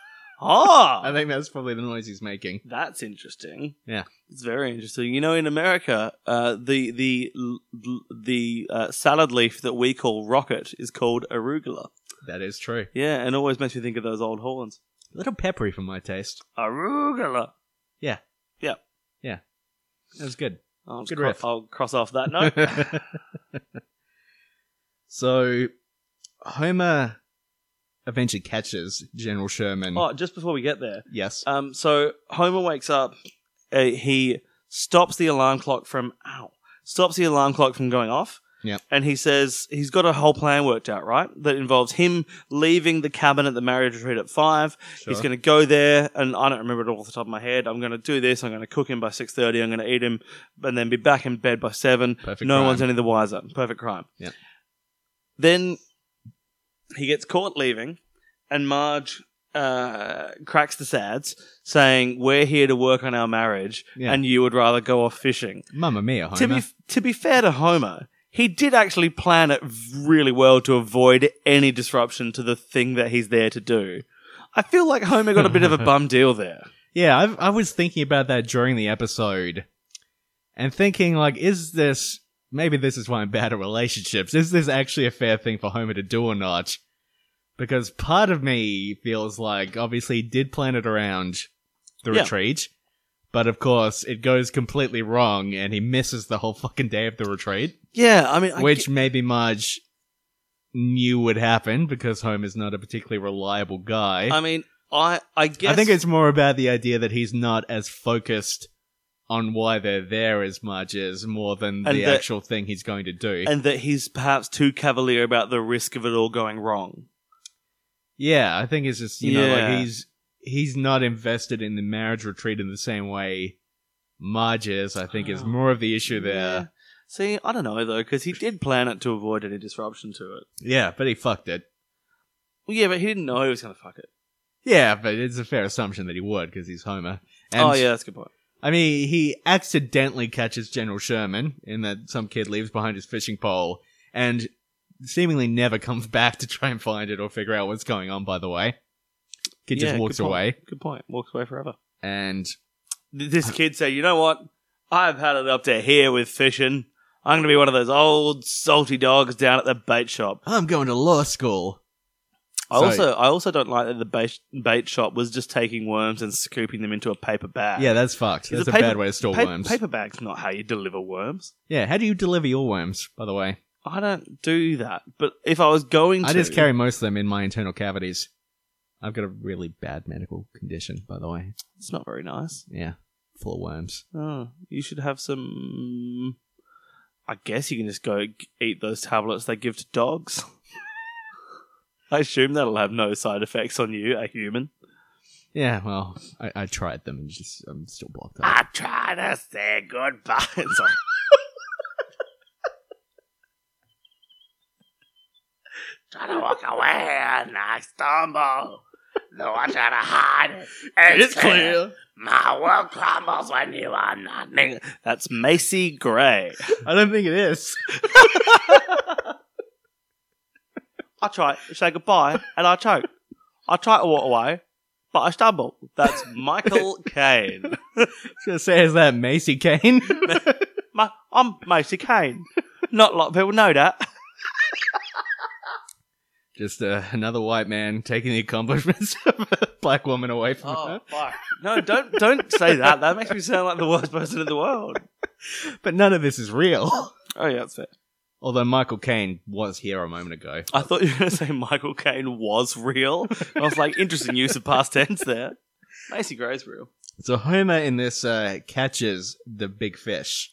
Speaker 4: I
Speaker 3: ah.
Speaker 4: think that's probably the noise he's making.
Speaker 3: That's interesting.
Speaker 4: Yeah.
Speaker 3: it's very interesting. You know, in America, uh, the the l- l- the uh, salad leaf that we call rocket is called arugula.
Speaker 4: That is true.
Speaker 3: Yeah, and always makes me think of those old horns.
Speaker 4: A little peppery for my taste.
Speaker 3: Arugula.
Speaker 4: That was good.
Speaker 3: I'll, just
Speaker 4: Good
Speaker 3: cro-
Speaker 4: riff.
Speaker 3: I'll cross off that note.
Speaker 4: so Homer eventually catches General Sherman.
Speaker 3: oh, just before we get there,
Speaker 4: yes.
Speaker 3: Um, so Homer wakes up. Uh, he stops the alarm clock from ow stops the alarm clock from going off.
Speaker 4: Yep.
Speaker 3: And he says he's got a whole plan worked out, right? That involves him leaving the cabin at the marriage retreat at five. He's going to go there, and I don't remember it all off the top of my head. I'm going to do this. I'm going to cook him by six thirty. I'm going to eat him, and then be back in bed by seven.
Speaker 4: Perfect
Speaker 3: no
Speaker 4: crime.
Speaker 3: one's any the wiser. Perfect crime.
Speaker 4: Yep.
Speaker 3: Then he gets caught leaving, and Marge uh, cracks the sads, saying, "We're here to work on our marriage,
Speaker 4: Yeah.
Speaker 3: and you would rather go off fishing."
Speaker 4: Mamma mia, Homer.
Speaker 3: To be to be fair to Homer, he did actually plan it really well to avoid any disruption to the thing that he's there to do. I feel like Homer got a bit of a bum deal there.
Speaker 4: Yeah, I've, I was thinking about that during the episode and thinking, like, is this. Maybe this is why I'm bad at relationships. Is this actually a fair thing for Homer to do or not? Because part of me feels like, obviously, he did plan it around the
Speaker 3: Yeah.
Speaker 4: retreat, but of course, it goes completely wrong and he misses the whole fucking day of the retreat,
Speaker 3: Yeah, I mean, I
Speaker 4: which maybe Marge knew would happen because Homer's not a particularly reliable guy.
Speaker 3: ge- I mean, I I guess
Speaker 4: I think it's more about the idea that he's not as focused on why they're there as much as more than the
Speaker 3: And that-
Speaker 4: actual thing he's going to do.
Speaker 3: and that he's perhaps too cavalier about the risk of it all going wrong.
Speaker 4: yeah, I think it's just you know
Speaker 3: Yeah.
Speaker 4: like he's he's not invested in the marriage retreat in the same way Marge is. I think is
Speaker 3: Oh.
Speaker 4: more of the issue
Speaker 3: Yeah.
Speaker 4: there.
Speaker 3: See, I don't know though, because he did plan it to avoid any disruption to it.
Speaker 4: Yeah. but he fucked it.
Speaker 3: Well, yeah, but he didn't know he was going to fuck it.
Speaker 4: Yeah, but it's a fair assumption that he would because he's Homer. And,
Speaker 3: oh yeah, that's a good point.
Speaker 4: I mean, he accidentally catches General Sherman in that some kid leaves behind his fishing pole and seemingly never comes back to try and find it or figure out what's going on, by the way. Kid
Speaker 3: Yeah,
Speaker 4: just
Speaker 3: good
Speaker 4: walks
Speaker 3: point.
Speaker 4: away.
Speaker 3: Good point. Walks away forever.
Speaker 4: And
Speaker 3: Th- This kid said, "You know what? I've had it up to here with fishing. I'm going to be one of those old salty dogs down at the bait shop."
Speaker 4: I'm going to law school.
Speaker 3: I
Speaker 4: So-
Speaker 3: also, I also don't like that the bait, bait shop was just taking worms and scooping them into a paper bag.
Speaker 4: Yeah, that's fucked.
Speaker 3: Is
Speaker 4: That's
Speaker 3: a
Speaker 4: a,
Speaker 3: paper-
Speaker 4: bad way to store
Speaker 3: Pa-
Speaker 4: worms.
Speaker 3: Paper bag's not how you deliver worms.
Speaker 4: yeah, how do you deliver your worms, by the way?
Speaker 3: I don't do that. But if I was going to,
Speaker 4: I just carry most of them in my internal cavities. I've got a really bad medical condition, by the way.
Speaker 3: It's not very nice.
Speaker 4: Yeah, full of worms.
Speaker 3: Oh, you should have some. I guess you can just go g- eat those tablets they give to dogs. I assume that'll have no side effects on you, a human.
Speaker 4: Yeah, well, I, I tried them and just I'm still blocked up.
Speaker 3: I try to say goodbye. Sorry. try to walk away and I stumble. Though I try to hide it, it's clear. My world crumbles when you are not near. That's Macy Gray.
Speaker 4: I don't think it is.
Speaker 3: I try to say goodbye and I choke. I try to walk away, but I stumble. That's Michael Caine.
Speaker 4: I was gonna say, is that Macy Kane?
Speaker 3: My, I'm Macy Caine. Not a lot of people know that.
Speaker 4: Just uh, another white man taking the accomplishments of a black woman away from her.
Speaker 3: fuck! No, don't don't say that. That makes me sound like the worst person in the world.
Speaker 4: But none of this is real.
Speaker 3: Oh yeah, that's fair.
Speaker 4: Although Michael Caine was here a moment ago.
Speaker 3: I thought you were going to say Michael Caine was real. I was like, interesting use of past tense there. Macy Gray's real.
Speaker 4: So Homer in this uh, catches the big fish.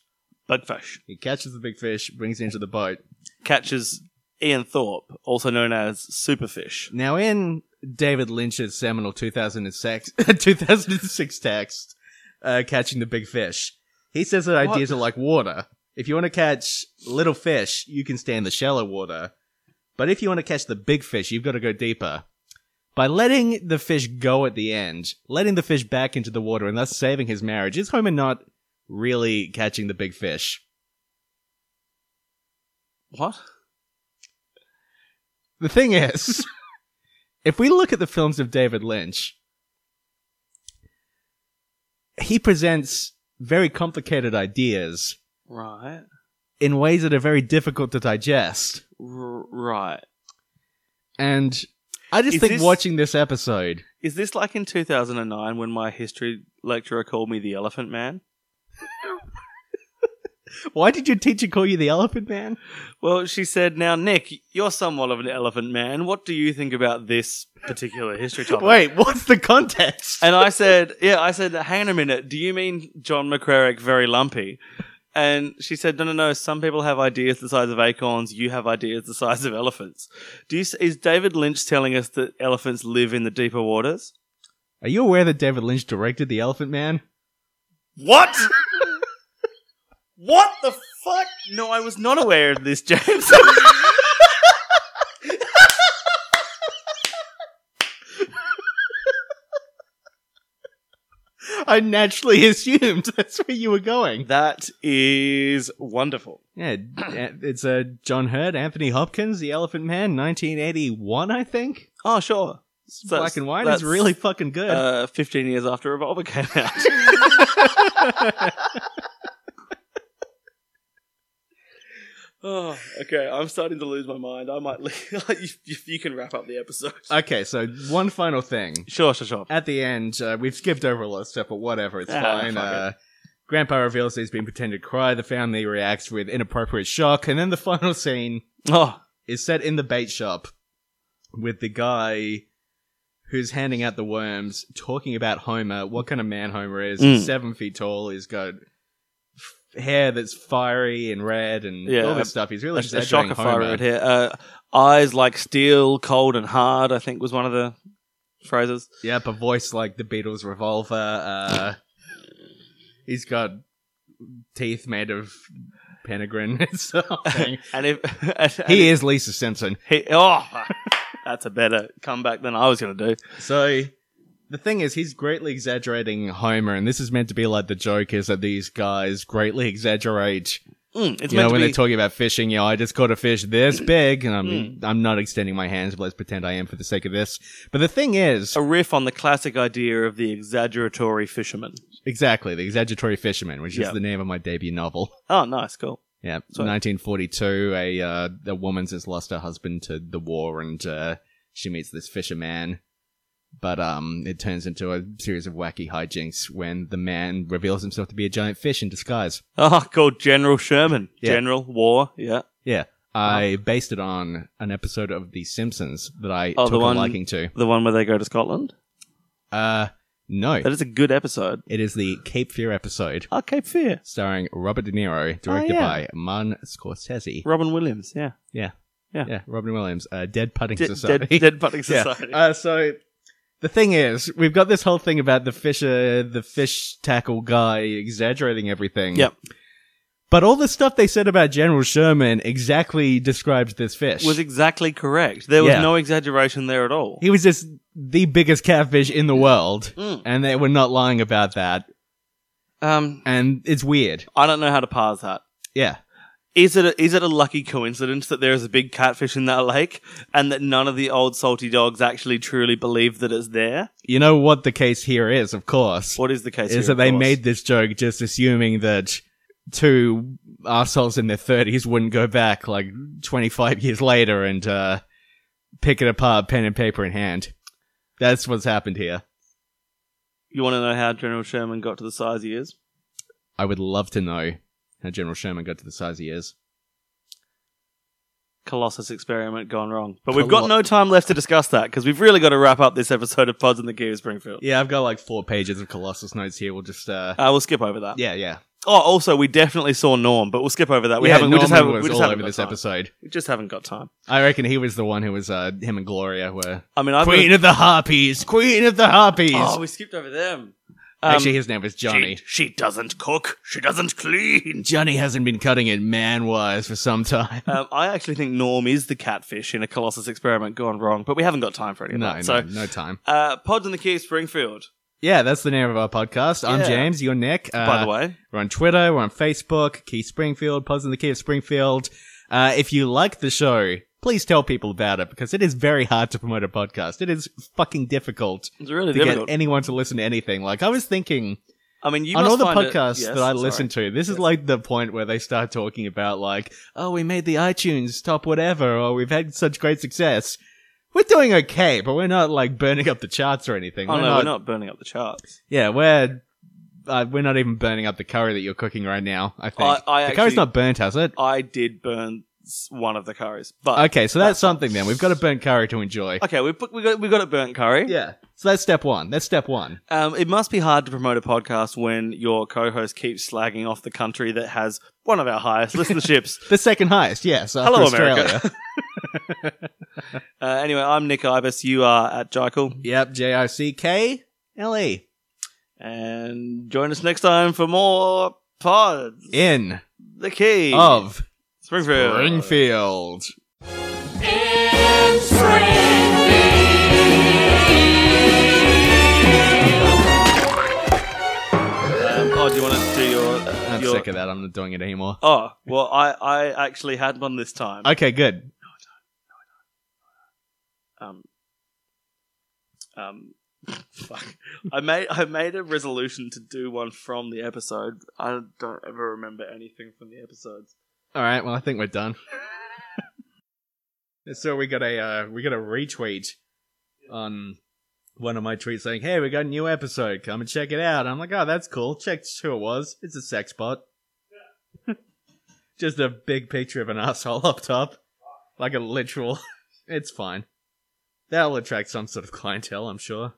Speaker 3: Bugfish
Speaker 4: He catches the big fish, brings it into the boat.
Speaker 3: catches Ian Thorpe, also known as Superfish.
Speaker 4: Now in David Lynch's seminal 2006, 2006 text, uh, Catching the Big Fish, he says that
Speaker 3: What?
Speaker 4: ideas are like water. If you want to catch little fish, you can stay in the shallow water. But if you want to catch the big fish, you've got to go deeper. By letting the fish go at the end, letting the fish back into the water and thus saving his marriage, is Homer not really catching the big fish.
Speaker 3: What?
Speaker 4: The thing is, if we look at the films of David Lynch, he presents very complicated ideas
Speaker 3: Right.
Speaker 4: in ways that are very difficult to digest.
Speaker 3: R- right.
Speaker 4: And I just
Speaker 3: Is
Speaker 4: think
Speaker 3: this-
Speaker 4: watching this episode,
Speaker 3: Is this like in 2009 when my history lecturer called me the Elephant Man?
Speaker 4: why did your teacher call you the Elephant Man?
Speaker 3: Well, she said, "Now, Nick, you're somewhat of an elephant man. What do you think about this particular history topic?"
Speaker 4: Wait, what's the context?
Speaker 3: And I said, yeah, I said, hang on a minute. Do you mean John McCrerick very lumpy? And she said, no, no, no. Some people have ideas the size of acorns. You have ideas the size of elephants. Do you, s- is David Lynch telling us that elephants live in the deeper waters?
Speaker 4: Are you aware that David Lynch directed The Elephant Man?
Speaker 3: What? what the fuck? No, I was not aware of this, James.
Speaker 4: I naturally assumed that's where you were going.
Speaker 3: that is wonderful.
Speaker 4: Yeah, it's uh, John Hurt, Anthony Hopkins, The Elephant Man, 1981, I think.
Speaker 3: Oh, sure. So
Speaker 4: Black and white
Speaker 3: that's,
Speaker 4: is really fucking good.
Speaker 3: uh, 15 years after Revolver came out. oh, okay, I'm starting to lose my mind. I might leave. you, you, you can wrap up the episode.
Speaker 4: okay, so one final thing.
Speaker 3: sure, sure, sure.
Speaker 4: At the end, uh, we've skipped over a lot of stuff, but whatever, it's
Speaker 3: Ah,
Speaker 4: fine.
Speaker 3: fuck
Speaker 4: Uh, Grandpa reveals that he's been pretending to cry. The family reacts with inappropriate shock, and then the final scene
Speaker 3: Oh,
Speaker 4: is set in the bait shop with the guy who's handing out the worms talking about Homer, what kind of man Homer is.
Speaker 3: Mm.
Speaker 4: He's seven feet tall. He's got f- hair that's fiery and red and
Speaker 3: Yeah,
Speaker 4: all
Speaker 3: a-
Speaker 4: this stuff. He's
Speaker 3: a,
Speaker 4: really
Speaker 3: a
Speaker 4: exaggerating
Speaker 3: shocker
Speaker 4: Homer.
Speaker 3: fire right here. Uh, eyes like steel, cold and hard. I think was one of the phrases.
Speaker 4: Yep, a voice like the Beatles' Revolver. Uh, he's got teeth made of penguin and something.
Speaker 3: And if and,
Speaker 4: he is Lisa Simpson.
Speaker 3: he, oh, that's a better comeback than I was going to do.
Speaker 4: So the thing is, he's greatly exaggerating Homer, and this is meant to be like the joke is that these guys greatly exaggerate.
Speaker 3: Mm, it's
Speaker 4: You know,
Speaker 3: meant to
Speaker 4: when
Speaker 3: be
Speaker 4: they're talking about fishing, you know, I just caught a fish this big, and I'm I'm not extending my hands, but let's pretend I am for the sake of this. But the thing is,
Speaker 3: a riff on the classic idea of the exaggeratory fisherman.
Speaker 4: exactly the exaggeratory fisherman, which
Speaker 3: Yeah.
Speaker 4: is the name of my debut novel.
Speaker 3: Oh, nice, cool.
Speaker 4: Yeah,
Speaker 3: So-
Speaker 4: 1942. A uh, a woman's has lost her husband to the war, and uh, she meets this fisherman. But um, it turns into a series of wacky hijinks when the man reveals himself to be a giant fish in disguise.
Speaker 3: Oh, called General Sherman.
Speaker 4: Yeah.
Speaker 3: General War. Yeah.
Speaker 4: Yeah,
Speaker 3: Oh.
Speaker 4: I based it on an episode of The Simpsons that I
Speaker 3: Oh, the
Speaker 4: took
Speaker 3: one-
Speaker 4: a liking to.
Speaker 3: The one where they go to Scotland.
Speaker 4: Uh, no,
Speaker 3: That is a good episode.
Speaker 4: it is the Cape Fear episode
Speaker 3: Oh, Cape Fear.
Speaker 4: starring Robert De Niro, directed
Speaker 3: Oh, yeah.
Speaker 4: by Martin Scorsese.
Speaker 3: Robin Williams. Yeah.
Speaker 4: yeah,
Speaker 3: Yeah.
Speaker 4: yeah, Robin Williams, uh, Dead Putting
Speaker 3: De-
Speaker 4: Society.
Speaker 3: dead, dead Putting
Speaker 4: Yeah.
Speaker 3: Society.
Speaker 4: Uh, so the thing is, we've got this whole thing about the fisher, the fish tackle guy exaggerating everything.
Speaker 3: Yep.
Speaker 4: But all the stuff they said about General Sherman exactly describes this fish.
Speaker 3: Was exactly correct. There was
Speaker 4: Yeah.
Speaker 3: no exaggeration there at all.
Speaker 4: he was just the biggest catfish in the world,
Speaker 3: Mm.
Speaker 4: and they were not lying about that.
Speaker 3: Um,
Speaker 4: And it's weird.
Speaker 3: I don't know how to parse that.
Speaker 4: Yeah.
Speaker 3: Is it, a, is it a lucky coincidence that there is a big catfish in that lake and that none of the old salty dogs actually truly believe that it's there?
Speaker 4: You know what the case here is, of course,
Speaker 3: What is the case?
Speaker 4: is
Speaker 3: here,
Speaker 4: that
Speaker 3: of
Speaker 4: they
Speaker 3: course?
Speaker 4: made this joke just assuming that two assholes in their 30s wouldn't go back like 25 years later and uh, pick it apart pen and paper in hand that's what's happened here
Speaker 3: You want to know how General Sherman got to the size he is?
Speaker 4: i would love to know how general sherman got to the size he is
Speaker 3: Colossus experiment gone wrong. But we've got
Speaker 4: Colo-
Speaker 3: no time left to discuss that because we've really got to wrap up this episode of Pods in the Key of Springfield.
Speaker 4: yeah i've got like four pages of colossus notes here we'll just uh
Speaker 3: Uh, we'll skip over that.
Speaker 4: yeah yeah
Speaker 3: Oh, also, we definitely saw Norm, but we'll skip over that. Uh, We
Speaker 4: Yeah,
Speaker 3: haven't. We just
Speaker 4: Norman
Speaker 3: haven't.
Speaker 4: was
Speaker 3: We just
Speaker 4: all
Speaker 3: haven't
Speaker 4: over
Speaker 3: got
Speaker 4: this
Speaker 3: time.
Speaker 4: episode
Speaker 3: We just haven't got time.
Speaker 4: i reckon he was the one who was uh him and gloria were
Speaker 3: I mean, I've
Speaker 4: queen
Speaker 3: got-
Speaker 4: of the harpies queen of the harpies
Speaker 3: Oh, we skipped over them. Um,
Speaker 4: actually his name was johnny
Speaker 3: She, she doesn't cook. She doesn't clean.
Speaker 4: Johnny hasn't been cutting it man wise for some time.
Speaker 3: Um, I actually think Norm is the catfish in a Colossus experiment gone wrong, but we haven't got time for any of
Speaker 4: No,
Speaker 3: that.
Speaker 4: no,
Speaker 3: so,
Speaker 4: no time.
Speaker 3: Uh, Pods in the Key of Springfield.
Speaker 4: Yeah, that's the name of our podcast. I'm
Speaker 3: Yeah.
Speaker 4: James. You're Nick. Uh,
Speaker 3: By the way,
Speaker 4: We're on Twitter, we're on Facebook, Keith Springfield, Puzzle in the Key of Springfield. Uh, if you like the show, please tell people about it because it is very hard to promote a podcast. It is fucking difficult
Speaker 3: it's really
Speaker 4: to
Speaker 3: difficult.
Speaker 4: get anyone to listen to anything. Like, I was thinking
Speaker 3: I mean, you
Speaker 4: on
Speaker 3: must
Speaker 4: all the
Speaker 3: find it-
Speaker 4: podcasts
Speaker 3: yes,
Speaker 4: that I
Speaker 3: sorry.
Speaker 4: listen to, this is like the point where they start talking about, like, oh, we made the iTunes top whatever, or we've had such great success. We're doing okay, but we're not like burning up the charts or anything.
Speaker 3: Oh
Speaker 4: We're
Speaker 3: no,
Speaker 4: not-
Speaker 3: we're not burning up the charts.
Speaker 4: yeah, we're uh, we're not even burning up the curry that you're cooking right now. I think
Speaker 3: I- I
Speaker 4: the curry's
Speaker 3: actually-
Speaker 4: not burnt, has it?
Speaker 3: I did burn s- one of the curries, but
Speaker 4: Okay, so that's something then. We've got a burnt curry to enjoy.
Speaker 3: okay. We put- we got we got a burnt curry.
Speaker 4: Yeah. So that's step one. That's step one.
Speaker 3: Um, it must be hard to promote a podcast when your co-host keeps slagging off the country that has one of our highest listenerships.
Speaker 4: The second highest, yes. After
Speaker 3: Hello,
Speaker 4: Australia.
Speaker 3: America. Uh, anyway, I'm Nick Ibis. You are at Jikel,
Speaker 4: yep. J I C K L E.
Speaker 3: and join us next time for more pods.
Speaker 4: In
Speaker 3: the key
Speaker 4: of
Speaker 3: Springfield.
Speaker 4: Oh, Springfield.
Speaker 2: in
Speaker 3: Um, oh, do you want to do your? Uh,
Speaker 4: I'm
Speaker 3: your-
Speaker 4: sick of that. I'm not doing it anymore.
Speaker 3: Oh well, I I actually had one this time.
Speaker 4: Okay, good.
Speaker 3: um, um, fuck. I made I made a resolution to do one from the episode. I don't ever remember anything from the episodes.
Speaker 4: All right. Well, I think we're done. so we got a uh, we got a retweet on one of my tweets saying, "Hey, we got a new episode. Come and check it out." I'm like, "Oh, that's cool. Check who it was. It's a sex bot. Just a big picture of an asshole up top, like a literal. it's fine. That'll attract some sort of clientele, I'm sure."